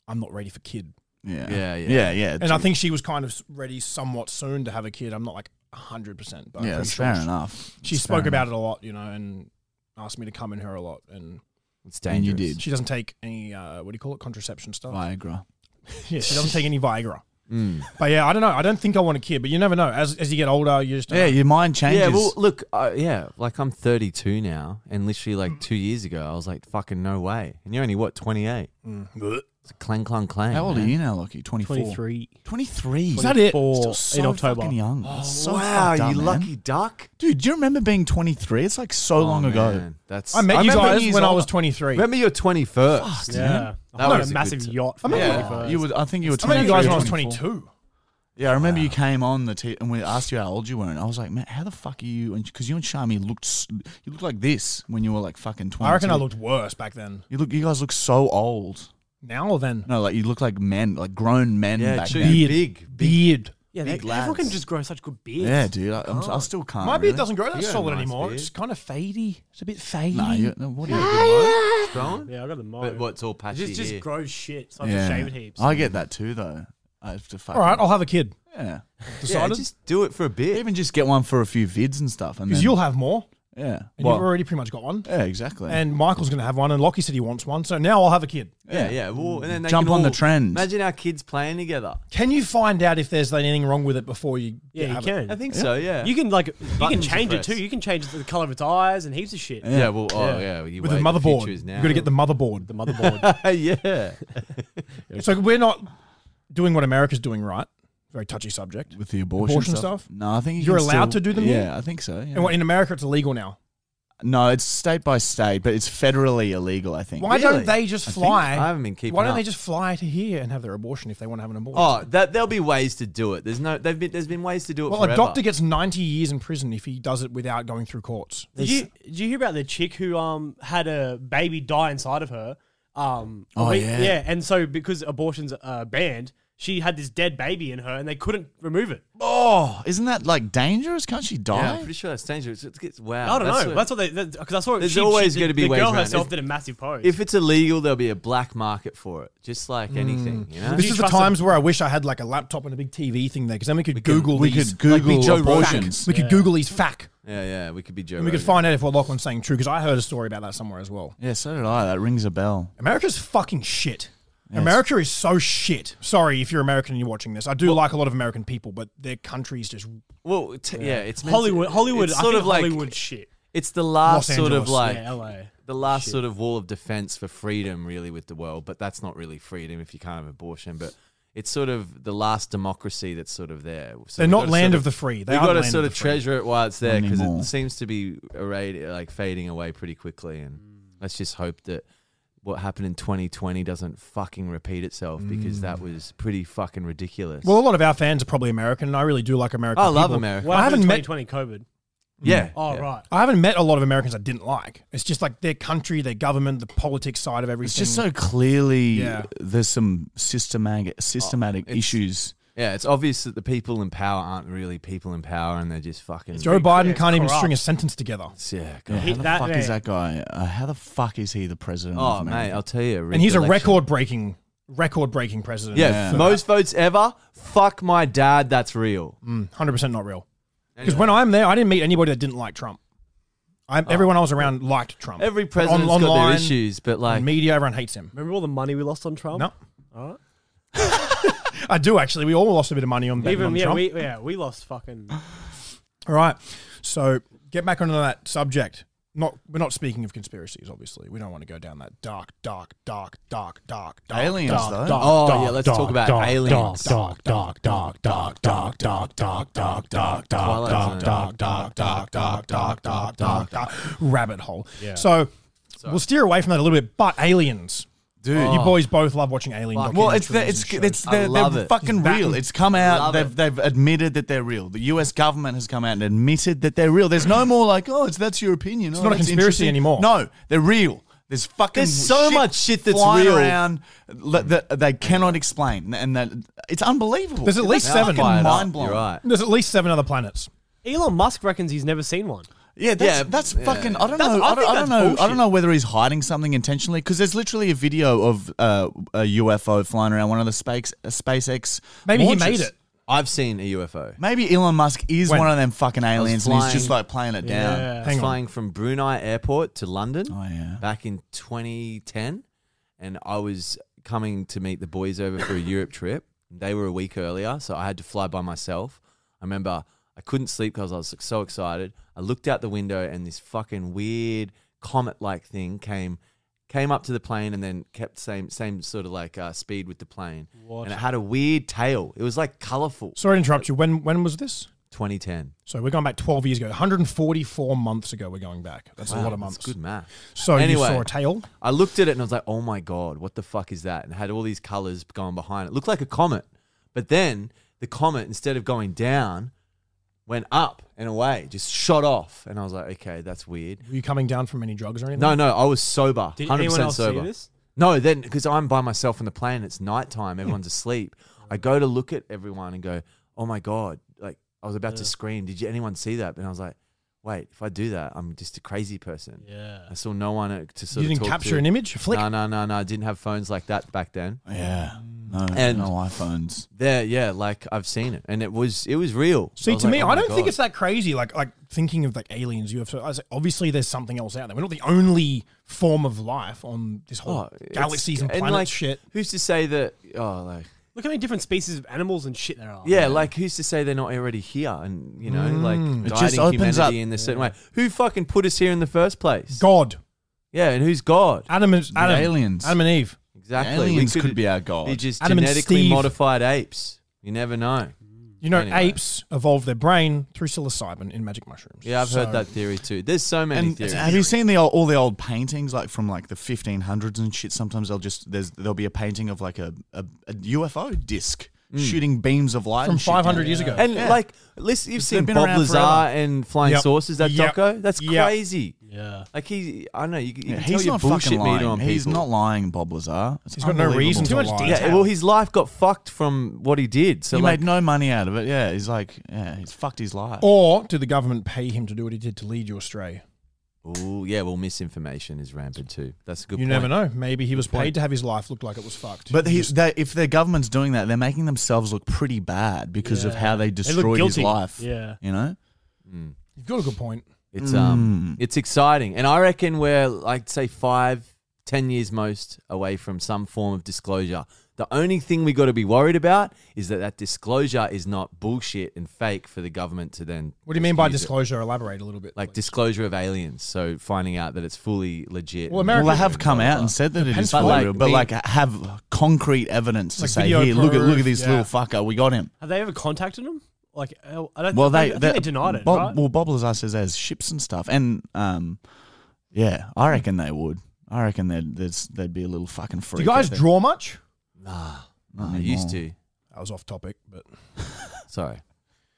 Speaker 1: I'm not ready for kid,
Speaker 3: Yeah.
Speaker 2: Yeah, yeah.
Speaker 3: Yeah, yeah.
Speaker 1: and I think she was kind of s- ready somewhat soon to have a kid. I'm not like hundred percent, but I'm
Speaker 3: yeah,
Speaker 1: pretty
Speaker 3: that's
Speaker 1: sure
Speaker 3: fair
Speaker 1: she,
Speaker 3: enough.
Speaker 1: she
Speaker 3: It's
Speaker 1: spoke
Speaker 3: fair
Speaker 1: about
Speaker 3: enough.
Speaker 1: it a lot, you know, and asked me to come in her a lot, and
Speaker 2: It's
Speaker 3: And you
Speaker 2: dangerous.
Speaker 3: did.
Speaker 1: she doesn't take any uh, what do you call it contraception stuff.
Speaker 3: Viagra.
Speaker 1: Yeah, she doesn't take any Viagra.
Speaker 3: Mm.
Speaker 1: But yeah, I don't know. I don't think I want a kid, but you never know. As as you get older, you just don't
Speaker 3: Yeah,
Speaker 1: know.
Speaker 3: your mind changes.
Speaker 2: Yeah, well, look, uh, yeah, like I'm 32 now, and literally like two years ago, I was like, fucking no way. And you're only what 28?
Speaker 1: uh,
Speaker 2: It's a clang, clang, clang.
Speaker 3: How old are
Speaker 2: man.
Speaker 3: you now, Lucky? 24.
Speaker 8: 23
Speaker 3: 23.
Speaker 1: Is that it?
Speaker 8: Four
Speaker 3: Still so
Speaker 8: in October.
Speaker 3: fucking young. so
Speaker 2: Oh, wow,
Speaker 3: fucked up,
Speaker 2: you
Speaker 3: man.
Speaker 2: lucky duck.
Speaker 3: Dude, do you remember being 23? It's like so long
Speaker 2: Oh,
Speaker 3: ago.
Speaker 2: man, That's
Speaker 1: I met you
Speaker 2: remember
Speaker 1: guys
Speaker 2: years
Speaker 1: when I
Speaker 2: old-
Speaker 1: was 23.
Speaker 2: Remember your 21st?
Speaker 8: yeah
Speaker 2: That
Speaker 8: I had
Speaker 2: was a
Speaker 8: a
Speaker 2: good
Speaker 8: massive
Speaker 2: time.
Speaker 8: yacht for
Speaker 3: Yeah,
Speaker 8: my 21st.
Speaker 3: you would. I think you were.
Speaker 1: I met you
Speaker 3: 23,
Speaker 1: guys when I was
Speaker 3: 24.
Speaker 1: 22.
Speaker 3: Yeah, I remember you came on the t- and we asked you how old you were, and I was like, "Man, how the fuck are you?" And because you and Shami looked, s- you looked like this when you were like fucking twenty.
Speaker 1: I reckon I looked worse back then.
Speaker 3: You look. You guys look so old.
Speaker 1: Now or then?
Speaker 3: No, like you look like men, like grown men
Speaker 2: Yeah,
Speaker 3: back
Speaker 2: true.
Speaker 3: then.
Speaker 2: Beard. Big, big.
Speaker 1: Beard.
Speaker 8: yeah, they,
Speaker 3: big
Speaker 8: everyone
Speaker 3: lads.
Speaker 8: can just grow such good beards.
Speaker 3: Yeah, dude. I, I'm, I still can't.
Speaker 1: My
Speaker 3: Oh, really.
Speaker 1: beard doesn't grow that
Speaker 2: You got a
Speaker 1: solid
Speaker 2: nice
Speaker 1: anymore.
Speaker 2: beard.
Speaker 1: It's kind of fadey. It's a bit fadey.
Speaker 3: Nah, you, no, what are you?
Speaker 2: Strong?
Speaker 8: Yeah, I got the mo.
Speaker 2: But what's all patchy
Speaker 8: just just
Speaker 2: here?
Speaker 8: grow shit. So I
Speaker 3: Yeah.
Speaker 8: just shave it heaps.
Speaker 3: I get that too, though. I have to fuck.
Speaker 1: All right, I'll have a kid.
Speaker 3: yeah.
Speaker 2: yeah,
Speaker 1: Decided? Because
Speaker 2: just do it for a bit.
Speaker 3: Even just get one for a few vids and stuff, and then,
Speaker 1: you'll have more.
Speaker 3: yeah.
Speaker 1: And
Speaker 3: Well,
Speaker 1: you've already pretty much got one.
Speaker 3: yeah, exactly.
Speaker 1: And Michael's going to have one. And Lockie said he wants one. So now I'll have a kid.
Speaker 2: Yeah, yeah. Well, and then they
Speaker 3: Jump
Speaker 2: can
Speaker 3: on the
Speaker 2: all-
Speaker 3: trend.
Speaker 2: Imagine our kids playing together.
Speaker 1: Can you find out if there's anything wrong with it before you
Speaker 8: yeah, you
Speaker 1: have
Speaker 8: can.
Speaker 2: I think so. Yeah.
Speaker 8: You can like you can
Speaker 2: Buttons
Speaker 8: change it
Speaker 2: depressed.
Speaker 8: too. You can change the color of its eyes and heaps of shit.
Speaker 2: yeah. Well. Oh yeah. well, you
Speaker 1: It? With the
Speaker 2: wait,
Speaker 1: motherboard.
Speaker 2: future is now.
Speaker 1: You've got to get the motherboard.
Speaker 8: The motherboard.
Speaker 2: yeah.
Speaker 1: So we're not doing what America's doing right. Very touchy subject.
Speaker 3: with the abortion,
Speaker 1: Abortion
Speaker 3: stuff.
Speaker 1: stuff?
Speaker 3: No, I think you
Speaker 1: You're
Speaker 3: can
Speaker 1: allowed to
Speaker 3: still-
Speaker 1: do them
Speaker 3: Yeah,
Speaker 1: here?
Speaker 3: I think so. yeah.
Speaker 1: And what, in America, it's illegal now.
Speaker 3: No, it's state by state, but it's federally illegal. I think.
Speaker 1: Why
Speaker 2: Really?
Speaker 1: don't they just
Speaker 3: I think-
Speaker 1: fly?
Speaker 2: I haven't been keeping
Speaker 1: Why don't
Speaker 2: up.
Speaker 1: they just fly to here and have their abortion if they want to have an abortion?
Speaker 2: Oh, that there'll be ways to do it. There's no. They've been. There's been ways to do it.
Speaker 1: well,
Speaker 2: forever.
Speaker 1: a doctor gets 90 years in prison if he does it without going through courts.
Speaker 8: did you did you hear about the chick who um had a baby die inside of her? Um, a
Speaker 3: Oh,
Speaker 8: week-
Speaker 3: yeah.
Speaker 8: yeah, and so because abortions are banned, she had this dead baby in her, and they couldn't remove it.
Speaker 3: Oh, isn't that like dangerous? Can't she
Speaker 2: Yeah,
Speaker 3: die?
Speaker 2: I'm pretty sure that's dangerous. It's, it's, wow.
Speaker 8: I don't know.
Speaker 2: a-
Speaker 8: that's what they because I saw.
Speaker 2: There's
Speaker 8: she-
Speaker 2: always
Speaker 8: she-
Speaker 2: gonna be
Speaker 8: the
Speaker 2: ways
Speaker 8: girl
Speaker 2: around it.
Speaker 8: herself
Speaker 2: If-
Speaker 8: did a massive pose.
Speaker 2: if it's illegal, there'll be a black market for it, just like anything. You know,
Speaker 1: Mm. This
Speaker 8: you
Speaker 1: is the
Speaker 8: trust a-
Speaker 1: times where I wish I had like a laptop and a big TV thing there because then we could Google
Speaker 3: we
Speaker 1: these.
Speaker 3: could Google
Speaker 2: Joe Rogan.
Speaker 3: abortions.
Speaker 1: we could Google these fact.
Speaker 2: yeah, yeah. We could be Joe.
Speaker 1: And we could
Speaker 2: Rogan.
Speaker 1: find out if what Lachlan's saying true because I heard a story about that somewhere as well.
Speaker 3: Yeah, so did I. That rings a bell.
Speaker 1: America's fucking shit. America is so shit. Sorry if you're American and you're watching this. I do like a lot of American people, but their country's just
Speaker 2: Well, t- yeah. it's meant to-
Speaker 8: Hollywood, Hollywood,
Speaker 2: It's
Speaker 8: I
Speaker 2: sort
Speaker 8: think
Speaker 2: of like
Speaker 8: Hollywood shit.
Speaker 2: It's the last
Speaker 1: Los
Speaker 2: sort of
Speaker 1: Angeles.
Speaker 2: like
Speaker 8: Yeah, LA.
Speaker 2: the last sort of wall of defense for freedom, really, with the world. But that's not really freedom if you can't have abortion. But it's sort of the last democracy that's sort of there. So
Speaker 1: They're
Speaker 2: we've
Speaker 1: not
Speaker 2: got to
Speaker 1: land
Speaker 2: sort
Speaker 1: of the free. They
Speaker 2: we've
Speaker 1: aren't
Speaker 2: got to
Speaker 1: land of
Speaker 2: sort
Speaker 1: the
Speaker 2: of
Speaker 1: free.
Speaker 2: treasure it while it's there because
Speaker 3: Anymore.
Speaker 2: it seems to be arrayed, like fading away pretty quickly.
Speaker 1: Mm.
Speaker 2: And let's just hope that what happened in 2020 doesn't fucking repeat itself because that was pretty fucking ridiculous.
Speaker 1: Mm. well. A lot of our fans are probably American, and I really do like American.
Speaker 2: I love
Speaker 1: people.
Speaker 2: America.
Speaker 8: What
Speaker 1: I haven't
Speaker 8: happened in
Speaker 1: met
Speaker 8: 2020 COVID?
Speaker 2: yeah.
Speaker 8: Oh
Speaker 2: yeah.
Speaker 8: right.
Speaker 1: I haven't met a lot of Americans I didn't like. It's just like their country, their government, the politics side of everything.
Speaker 3: It's just so clearly
Speaker 1: Yeah. Oh,
Speaker 3: there's some systematic systematic
Speaker 2: it's-
Speaker 3: issues.
Speaker 2: Yeah, it's obvious that the people in power aren't really people in power and they're just fucking.
Speaker 1: Joe Biden
Speaker 8: it's
Speaker 1: can't even
Speaker 8: corrupt.
Speaker 1: string a sentence together,
Speaker 2: Yeah,
Speaker 3: Yeah,
Speaker 2: God.
Speaker 3: how the
Speaker 8: that
Speaker 3: fuck is
Speaker 8: man.
Speaker 3: that guy? Uh, how the fuck is he the president?
Speaker 2: Oh,
Speaker 3: of
Speaker 2: mate,
Speaker 3: America?
Speaker 2: I'll tell you.
Speaker 1: and he's a
Speaker 2: recollection.
Speaker 1: record-breaking, record-breaking president.
Speaker 2: Yeah, most votes ever. Fuck my dad, that's real.
Speaker 1: hundred percent not real. Because when I'm there, I didn't meet anybody that didn't like Trump. I, Everyone I was around liked Trump.
Speaker 2: Oh. Every
Speaker 1: But
Speaker 2: president's
Speaker 1: on-
Speaker 2: got
Speaker 1: online,
Speaker 2: their issues, but like,
Speaker 1: Media, everyone hates him.
Speaker 8: Remember all the money we lost on Trump?
Speaker 1: No. I do actually. We all lost a bit of money on betting
Speaker 8: Even
Speaker 1: on
Speaker 8: yeah,
Speaker 1: Trump.
Speaker 8: we yeah we lost fucking.
Speaker 1: all right. So get back onto that subject. Not we're not speaking of conspiracies, obviously. We don't want to go down that dark, dark, dark, dark, dark, dark
Speaker 3: Aliens,
Speaker 1: dark,
Speaker 3: though.
Speaker 1: Dark,
Speaker 2: Oh,
Speaker 1: dark,
Speaker 2: yeah, let's
Speaker 1: dark,
Speaker 2: talk about
Speaker 1: dark,
Speaker 2: aliens.
Speaker 1: Dark, dark, dark, dark, dark, dark, dark, dark, dark, dark,
Speaker 2: Twilight
Speaker 1: dark,
Speaker 2: Zone.
Speaker 1: dark, dark, dark, dark, dark, dark, dark, dark, rabbit hole. So we'll steer away from that a little bit. But aliens,
Speaker 3: Dude,
Speaker 1: You boys both love watching alien.
Speaker 2: Fuck.
Speaker 3: Well, it's the,
Speaker 1: documentaries
Speaker 3: it's
Speaker 1: and
Speaker 3: it's
Speaker 2: I
Speaker 3: they're,
Speaker 2: love
Speaker 3: they're
Speaker 2: it.
Speaker 3: fucking
Speaker 1: That-
Speaker 3: real. It's come out.
Speaker 2: Love
Speaker 3: They've
Speaker 2: it.
Speaker 3: they've admitted that they're real. The U.S. government has come out and admitted that they're real. There's no more like, oh, it's that's your opinion. It's
Speaker 1: not a conspiracy anymore.
Speaker 3: No, they're real. There's fucking
Speaker 2: There's so much shit that's
Speaker 3: flying
Speaker 2: real.
Speaker 3: around le- that they cannot explain, and that it's unbelievable.
Speaker 1: There's at
Speaker 3: It's
Speaker 1: least seven.
Speaker 3: fucking
Speaker 1: Fired up.
Speaker 3: mind blowing.
Speaker 2: You're right.
Speaker 1: There's at least seven other planets.
Speaker 8: Elon Musk reckons he's never seen one.
Speaker 3: Yeah, that's,
Speaker 2: Yeah,
Speaker 3: that's
Speaker 2: yeah.
Speaker 3: fucking. I don't
Speaker 2: That's-
Speaker 3: know.
Speaker 2: I
Speaker 3: I, don't,
Speaker 2: think
Speaker 3: I don't
Speaker 2: that's
Speaker 3: know. I
Speaker 2: bullshit.
Speaker 3: don't know whether he's hiding something intentionally because there's literally a video of uh, a UFO flying around one of the space SpaceX.
Speaker 1: Maybe he
Speaker 3: launches.
Speaker 1: made it.
Speaker 2: I've seen a UFO.
Speaker 3: Maybe Elon Musk is
Speaker 1: When?
Speaker 3: one of them fucking aliens and he's just
Speaker 2: flying.
Speaker 3: like playing it down.
Speaker 2: I was
Speaker 1: Hang on.
Speaker 2: flying from Brunei airport to London
Speaker 3: Oh, yeah.
Speaker 2: back in 2010. And I was coming to meet the boys over for a Europe trip. They were a week earlier, so I had to fly by myself. I remember I couldn't sleep because I was so excited. I looked out the window and this fucking weird comet like thing came came up to the plane and then kept same same sort of like uh, speed with the plane. And it had a weird tail. It was like colorful.
Speaker 1: Sorry to interrupt you. When when was this?
Speaker 2: 2010.
Speaker 1: So we're going back 12 years ago. 144 months ago. We're going back. That's a lot of
Speaker 2: Wow,
Speaker 1: months.
Speaker 2: That's good math.
Speaker 1: So
Speaker 2: Anyway.
Speaker 1: you saw a tail.
Speaker 2: I looked at it and I was like, oh my God, what the fuck is that? And it had all these colors going behind it. looked like a comet. But then the comet, instead of going down, went up and away, just shot off. And I was like, okay, that's weird.
Speaker 1: Were you coming down from any drugs or anything?
Speaker 2: No, no, I was sober.
Speaker 4: Did
Speaker 2: 100%
Speaker 4: anyone else see
Speaker 2: sober.
Speaker 4: this?
Speaker 2: No, then because I'm by myself on the plane, it's nighttime, everyone's asleep. I go to look at everyone and go, "Oh my god!" Like I was about to scream. Did you, anyone see that? And I was like, "Wait, if I do that, I'm just a crazy person." Yeah, I saw no one to sort
Speaker 1: You
Speaker 2: of
Speaker 1: didn't
Speaker 2: talk
Speaker 1: capture
Speaker 2: to.
Speaker 1: an image? A flick?
Speaker 2: No, no, no, no. I didn't have phones like that back then.
Speaker 3: Yeah. No,
Speaker 2: And-
Speaker 3: no iPhones.
Speaker 2: There, yeah, like I've seen it, and it was it was real.
Speaker 1: See,
Speaker 2: was
Speaker 1: to
Speaker 2: like,
Speaker 1: me,
Speaker 2: "Oh
Speaker 1: I
Speaker 2: my
Speaker 1: don't think
Speaker 2: God."
Speaker 1: it's that crazy. Like, like thinking of like aliens, UFO. I was like, obviously, there's something else out there. We're not the only form of life on this whole
Speaker 2: Oh, it's-
Speaker 1: galaxies and planets.
Speaker 2: like,
Speaker 1: shit.
Speaker 2: Who's to say that? Oh, like
Speaker 8: Look how many different species of animals and shit there are.
Speaker 1: Oh,
Speaker 2: Yeah, like who's to say they're not already here and you know,
Speaker 1: Mm.
Speaker 2: like guiding
Speaker 3: just opens
Speaker 2: humanity
Speaker 3: up-
Speaker 2: in this certain way. Who fucking put us here in the first place?
Speaker 1: God,
Speaker 2: Yeah, and who's God?
Speaker 1: Adam, and Adam,
Speaker 3: aliens.
Speaker 1: Adam and Eve.
Speaker 2: Exactly.
Speaker 3: Aliens could be our God.
Speaker 2: Be just
Speaker 1: Adam and
Speaker 2: genetically
Speaker 1: Steve.
Speaker 2: modified apes. You never know.
Speaker 1: You know,
Speaker 2: Anyway.
Speaker 1: apes evolved their brain through psilocybin in magic mushrooms.
Speaker 2: Yeah, I've
Speaker 1: So-
Speaker 2: heard that theory too. There's so many
Speaker 3: And
Speaker 2: theories.
Speaker 3: have you seen the old, all the old paintings like from like the 1500s and shit? Sometimes they'll just there's there'll be a painting of like a, a, a UFO disc
Speaker 2: Mm.
Speaker 3: shooting beams of light
Speaker 1: from
Speaker 3: and shit
Speaker 1: 500
Speaker 3: down.
Speaker 1: years ago.
Speaker 2: and like, listen, you've seen
Speaker 3: been
Speaker 2: Bob
Speaker 3: around
Speaker 2: Lazar
Speaker 3: forever.
Speaker 2: and Flying
Speaker 1: Yep.
Speaker 2: Saucers, that
Speaker 1: Yep.
Speaker 2: doco. That's
Speaker 1: Yep.
Speaker 2: crazy.
Speaker 8: Yeah.
Speaker 2: Like he, I don't know you, you
Speaker 3: Yeah,
Speaker 2: can tell
Speaker 3: he's
Speaker 2: your
Speaker 3: not fucking
Speaker 2: bullshit meter on
Speaker 3: lying. He's
Speaker 2: people.
Speaker 3: not lying, Bob Lazar. It's
Speaker 1: He's got no reason to
Speaker 3: unbelievable.
Speaker 1: lie.
Speaker 2: Yeah, well, his life got fucked from what he did. So
Speaker 3: He
Speaker 2: like,
Speaker 3: made no money out of it. Yeah, he's like, yeah, he's fucked his life.
Speaker 1: Or did the government pay him to do what he did to lead you astray?
Speaker 2: Oh yeah, well, misinformation is rampant too. That's a good.
Speaker 1: you never
Speaker 2: point.
Speaker 1: know. Maybe he was paid to have his life look like it was fucked.
Speaker 3: But he, they, if the government's doing that, they're making themselves look pretty bad because of how they destroyed his
Speaker 8: guilty.
Speaker 3: life.
Speaker 8: Yeah.
Speaker 3: You know?
Speaker 1: You've got a good point.
Speaker 2: It's um,
Speaker 3: Mm.
Speaker 2: it's exciting, and I reckon we're like say five, ten years most away from some form of disclosure. The only thing we got to be worried about is that that disclosure is not bullshit and fake for the government to then.
Speaker 1: What do you mean by
Speaker 2: disclosure?
Speaker 1: disclosure? Elaborate a little bit.
Speaker 2: Like disclosure of aliens, so finding out that it's fully legit.
Speaker 1: Well,
Speaker 2: and-
Speaker 1: America-
Speaker 3: Well, they have come out and said that it is
Speaker 1: Depends
Speaker 3: for
Speaker 2: on-
Speaker 3: real,
Speaker 2: But, like,
Speaker 3: but
Speaker 2: the-
Speaker 3: like have concrete evidence to
Speaker 1: Like
Speaker 3: say,
Speaker 1: video
Speaker 3: here, look at look
Speaker 1: proof,
Speaker 3: at this
Speaker 1: yeah.
Speaker 3: little fucker, we got him.
Speaker 8: Have they ever contacted him? Like, uh, I don't.
Speaker 3: Well, they
Speaker 8: I think they denied it.
Speaker 3: Bob,
Speaker 8: right?
Speaker 3: Well, Bob Lazar says there's ships and stuff, and um, yeah, I reckon they would. I reckon they'd there'd, there'd be a little fucking freak.
Speaker 1: Do you guys
Speaker 3: out there.
Speaker 1: draw much?
Speaker 2: nah,
Speaker 3: Not
Speaker 2: I used
Speaker 3: anymore.
Speaker 2: to.
Speaker 1: I was off topic, but
Speaker 2: Sorry,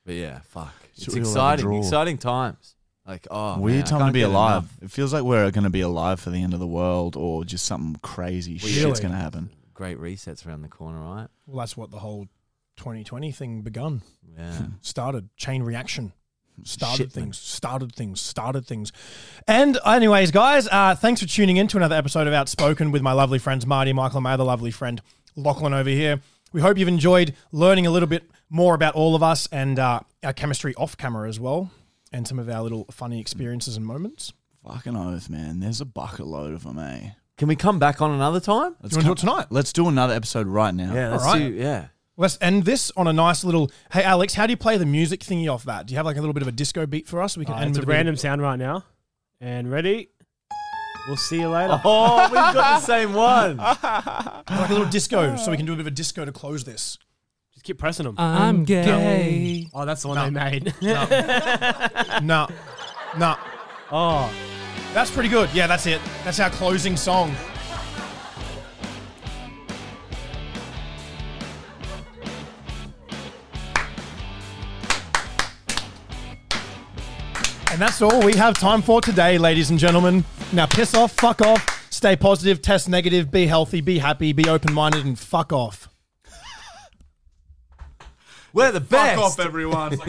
Speaker 2: but yeah, fuck. It's
Speaker 3: Surreal
Speaker 2: exciting,
Speaker 3: overdraw.
Speaker 2: exciting times. Like oh,
Speaker 3: Weird
Speaker 2: man, I
Speaker 3: time to
Speaker 2: can't
Speaker 3: be
Speaker 2: get
Speaker 3: alive.
Speaker 2: enough
Speaker 3: It feels like we're going to be alive for the end of the world, or just something crazy shit's
Speaker 1: Really?
Speaker 3: going to happen.
Speaker 2: Great resets around the corner, right?
Speaker 1: well, that's what the whole 2020 thing begun.
Speaker 2: Yeah.
Speaker 1: Started chain reaction. Started
Speaker 2: Shit, man.
Speaker 1: things, started things, started things. And, anyways, guys, uh, thanks for tuning in to another episode of Outspoken with my lovely friends, Marty, Michael, and my other lovely friend, Lachlan, over here. We hope you've enjoyed learning a little bit more about all of us and uh, our chemistry off camera as well, and some of our little funny experiences and moments.
Speaker 3: Fucking oath, man. There's a bucket load of them, eh?
Speaker 2: Can we come back on another time?
Speaker 3: Let's
Speaker 1: Do you want to do it tonight?
Speaker 3: Let's do another episode right now.
Speaker 2: Yeah, let's
Speaker 1: All right.
Speaker 2: do. Yeah,
Speaker 1: Let's end this on a nice little. Hey, Alex, how do you play the music thingy off that? Do you have like a little bit of a disco beat for us? We can
Speaker 8: Uh,
Speaker 1: end
Speaker 8: it's
Speaker 1: with
Speaker 8: a
Speaker 1: a bit of-
Speaker 8: random sound right now. And ready? We'll see you later.
Speaker 2: Oh, we've got the same one.
Speaker 1: like a little disco, so we can do a bit of a disco to close this.
Speaker 8: Just keep pressing them.
Speaker 9: I'm gay.
Speaker 8: oh, that's the one they made.
Speaker 1: No, no,
Speaker 8: oh.
Speaker 1: that's pretty good. Yeah, that's it. That's our closing song. And that's all we have time for today, ladies and gentlemen. Now piss off, fuck off, stay positive, test negative, be healthy, be happy, be open minded, and fuck off.
Speaker 2: We're the best.
Speaker 7: Fuck off, everyone.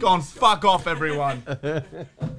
Speaker 7: Gone, fuck off, everyone.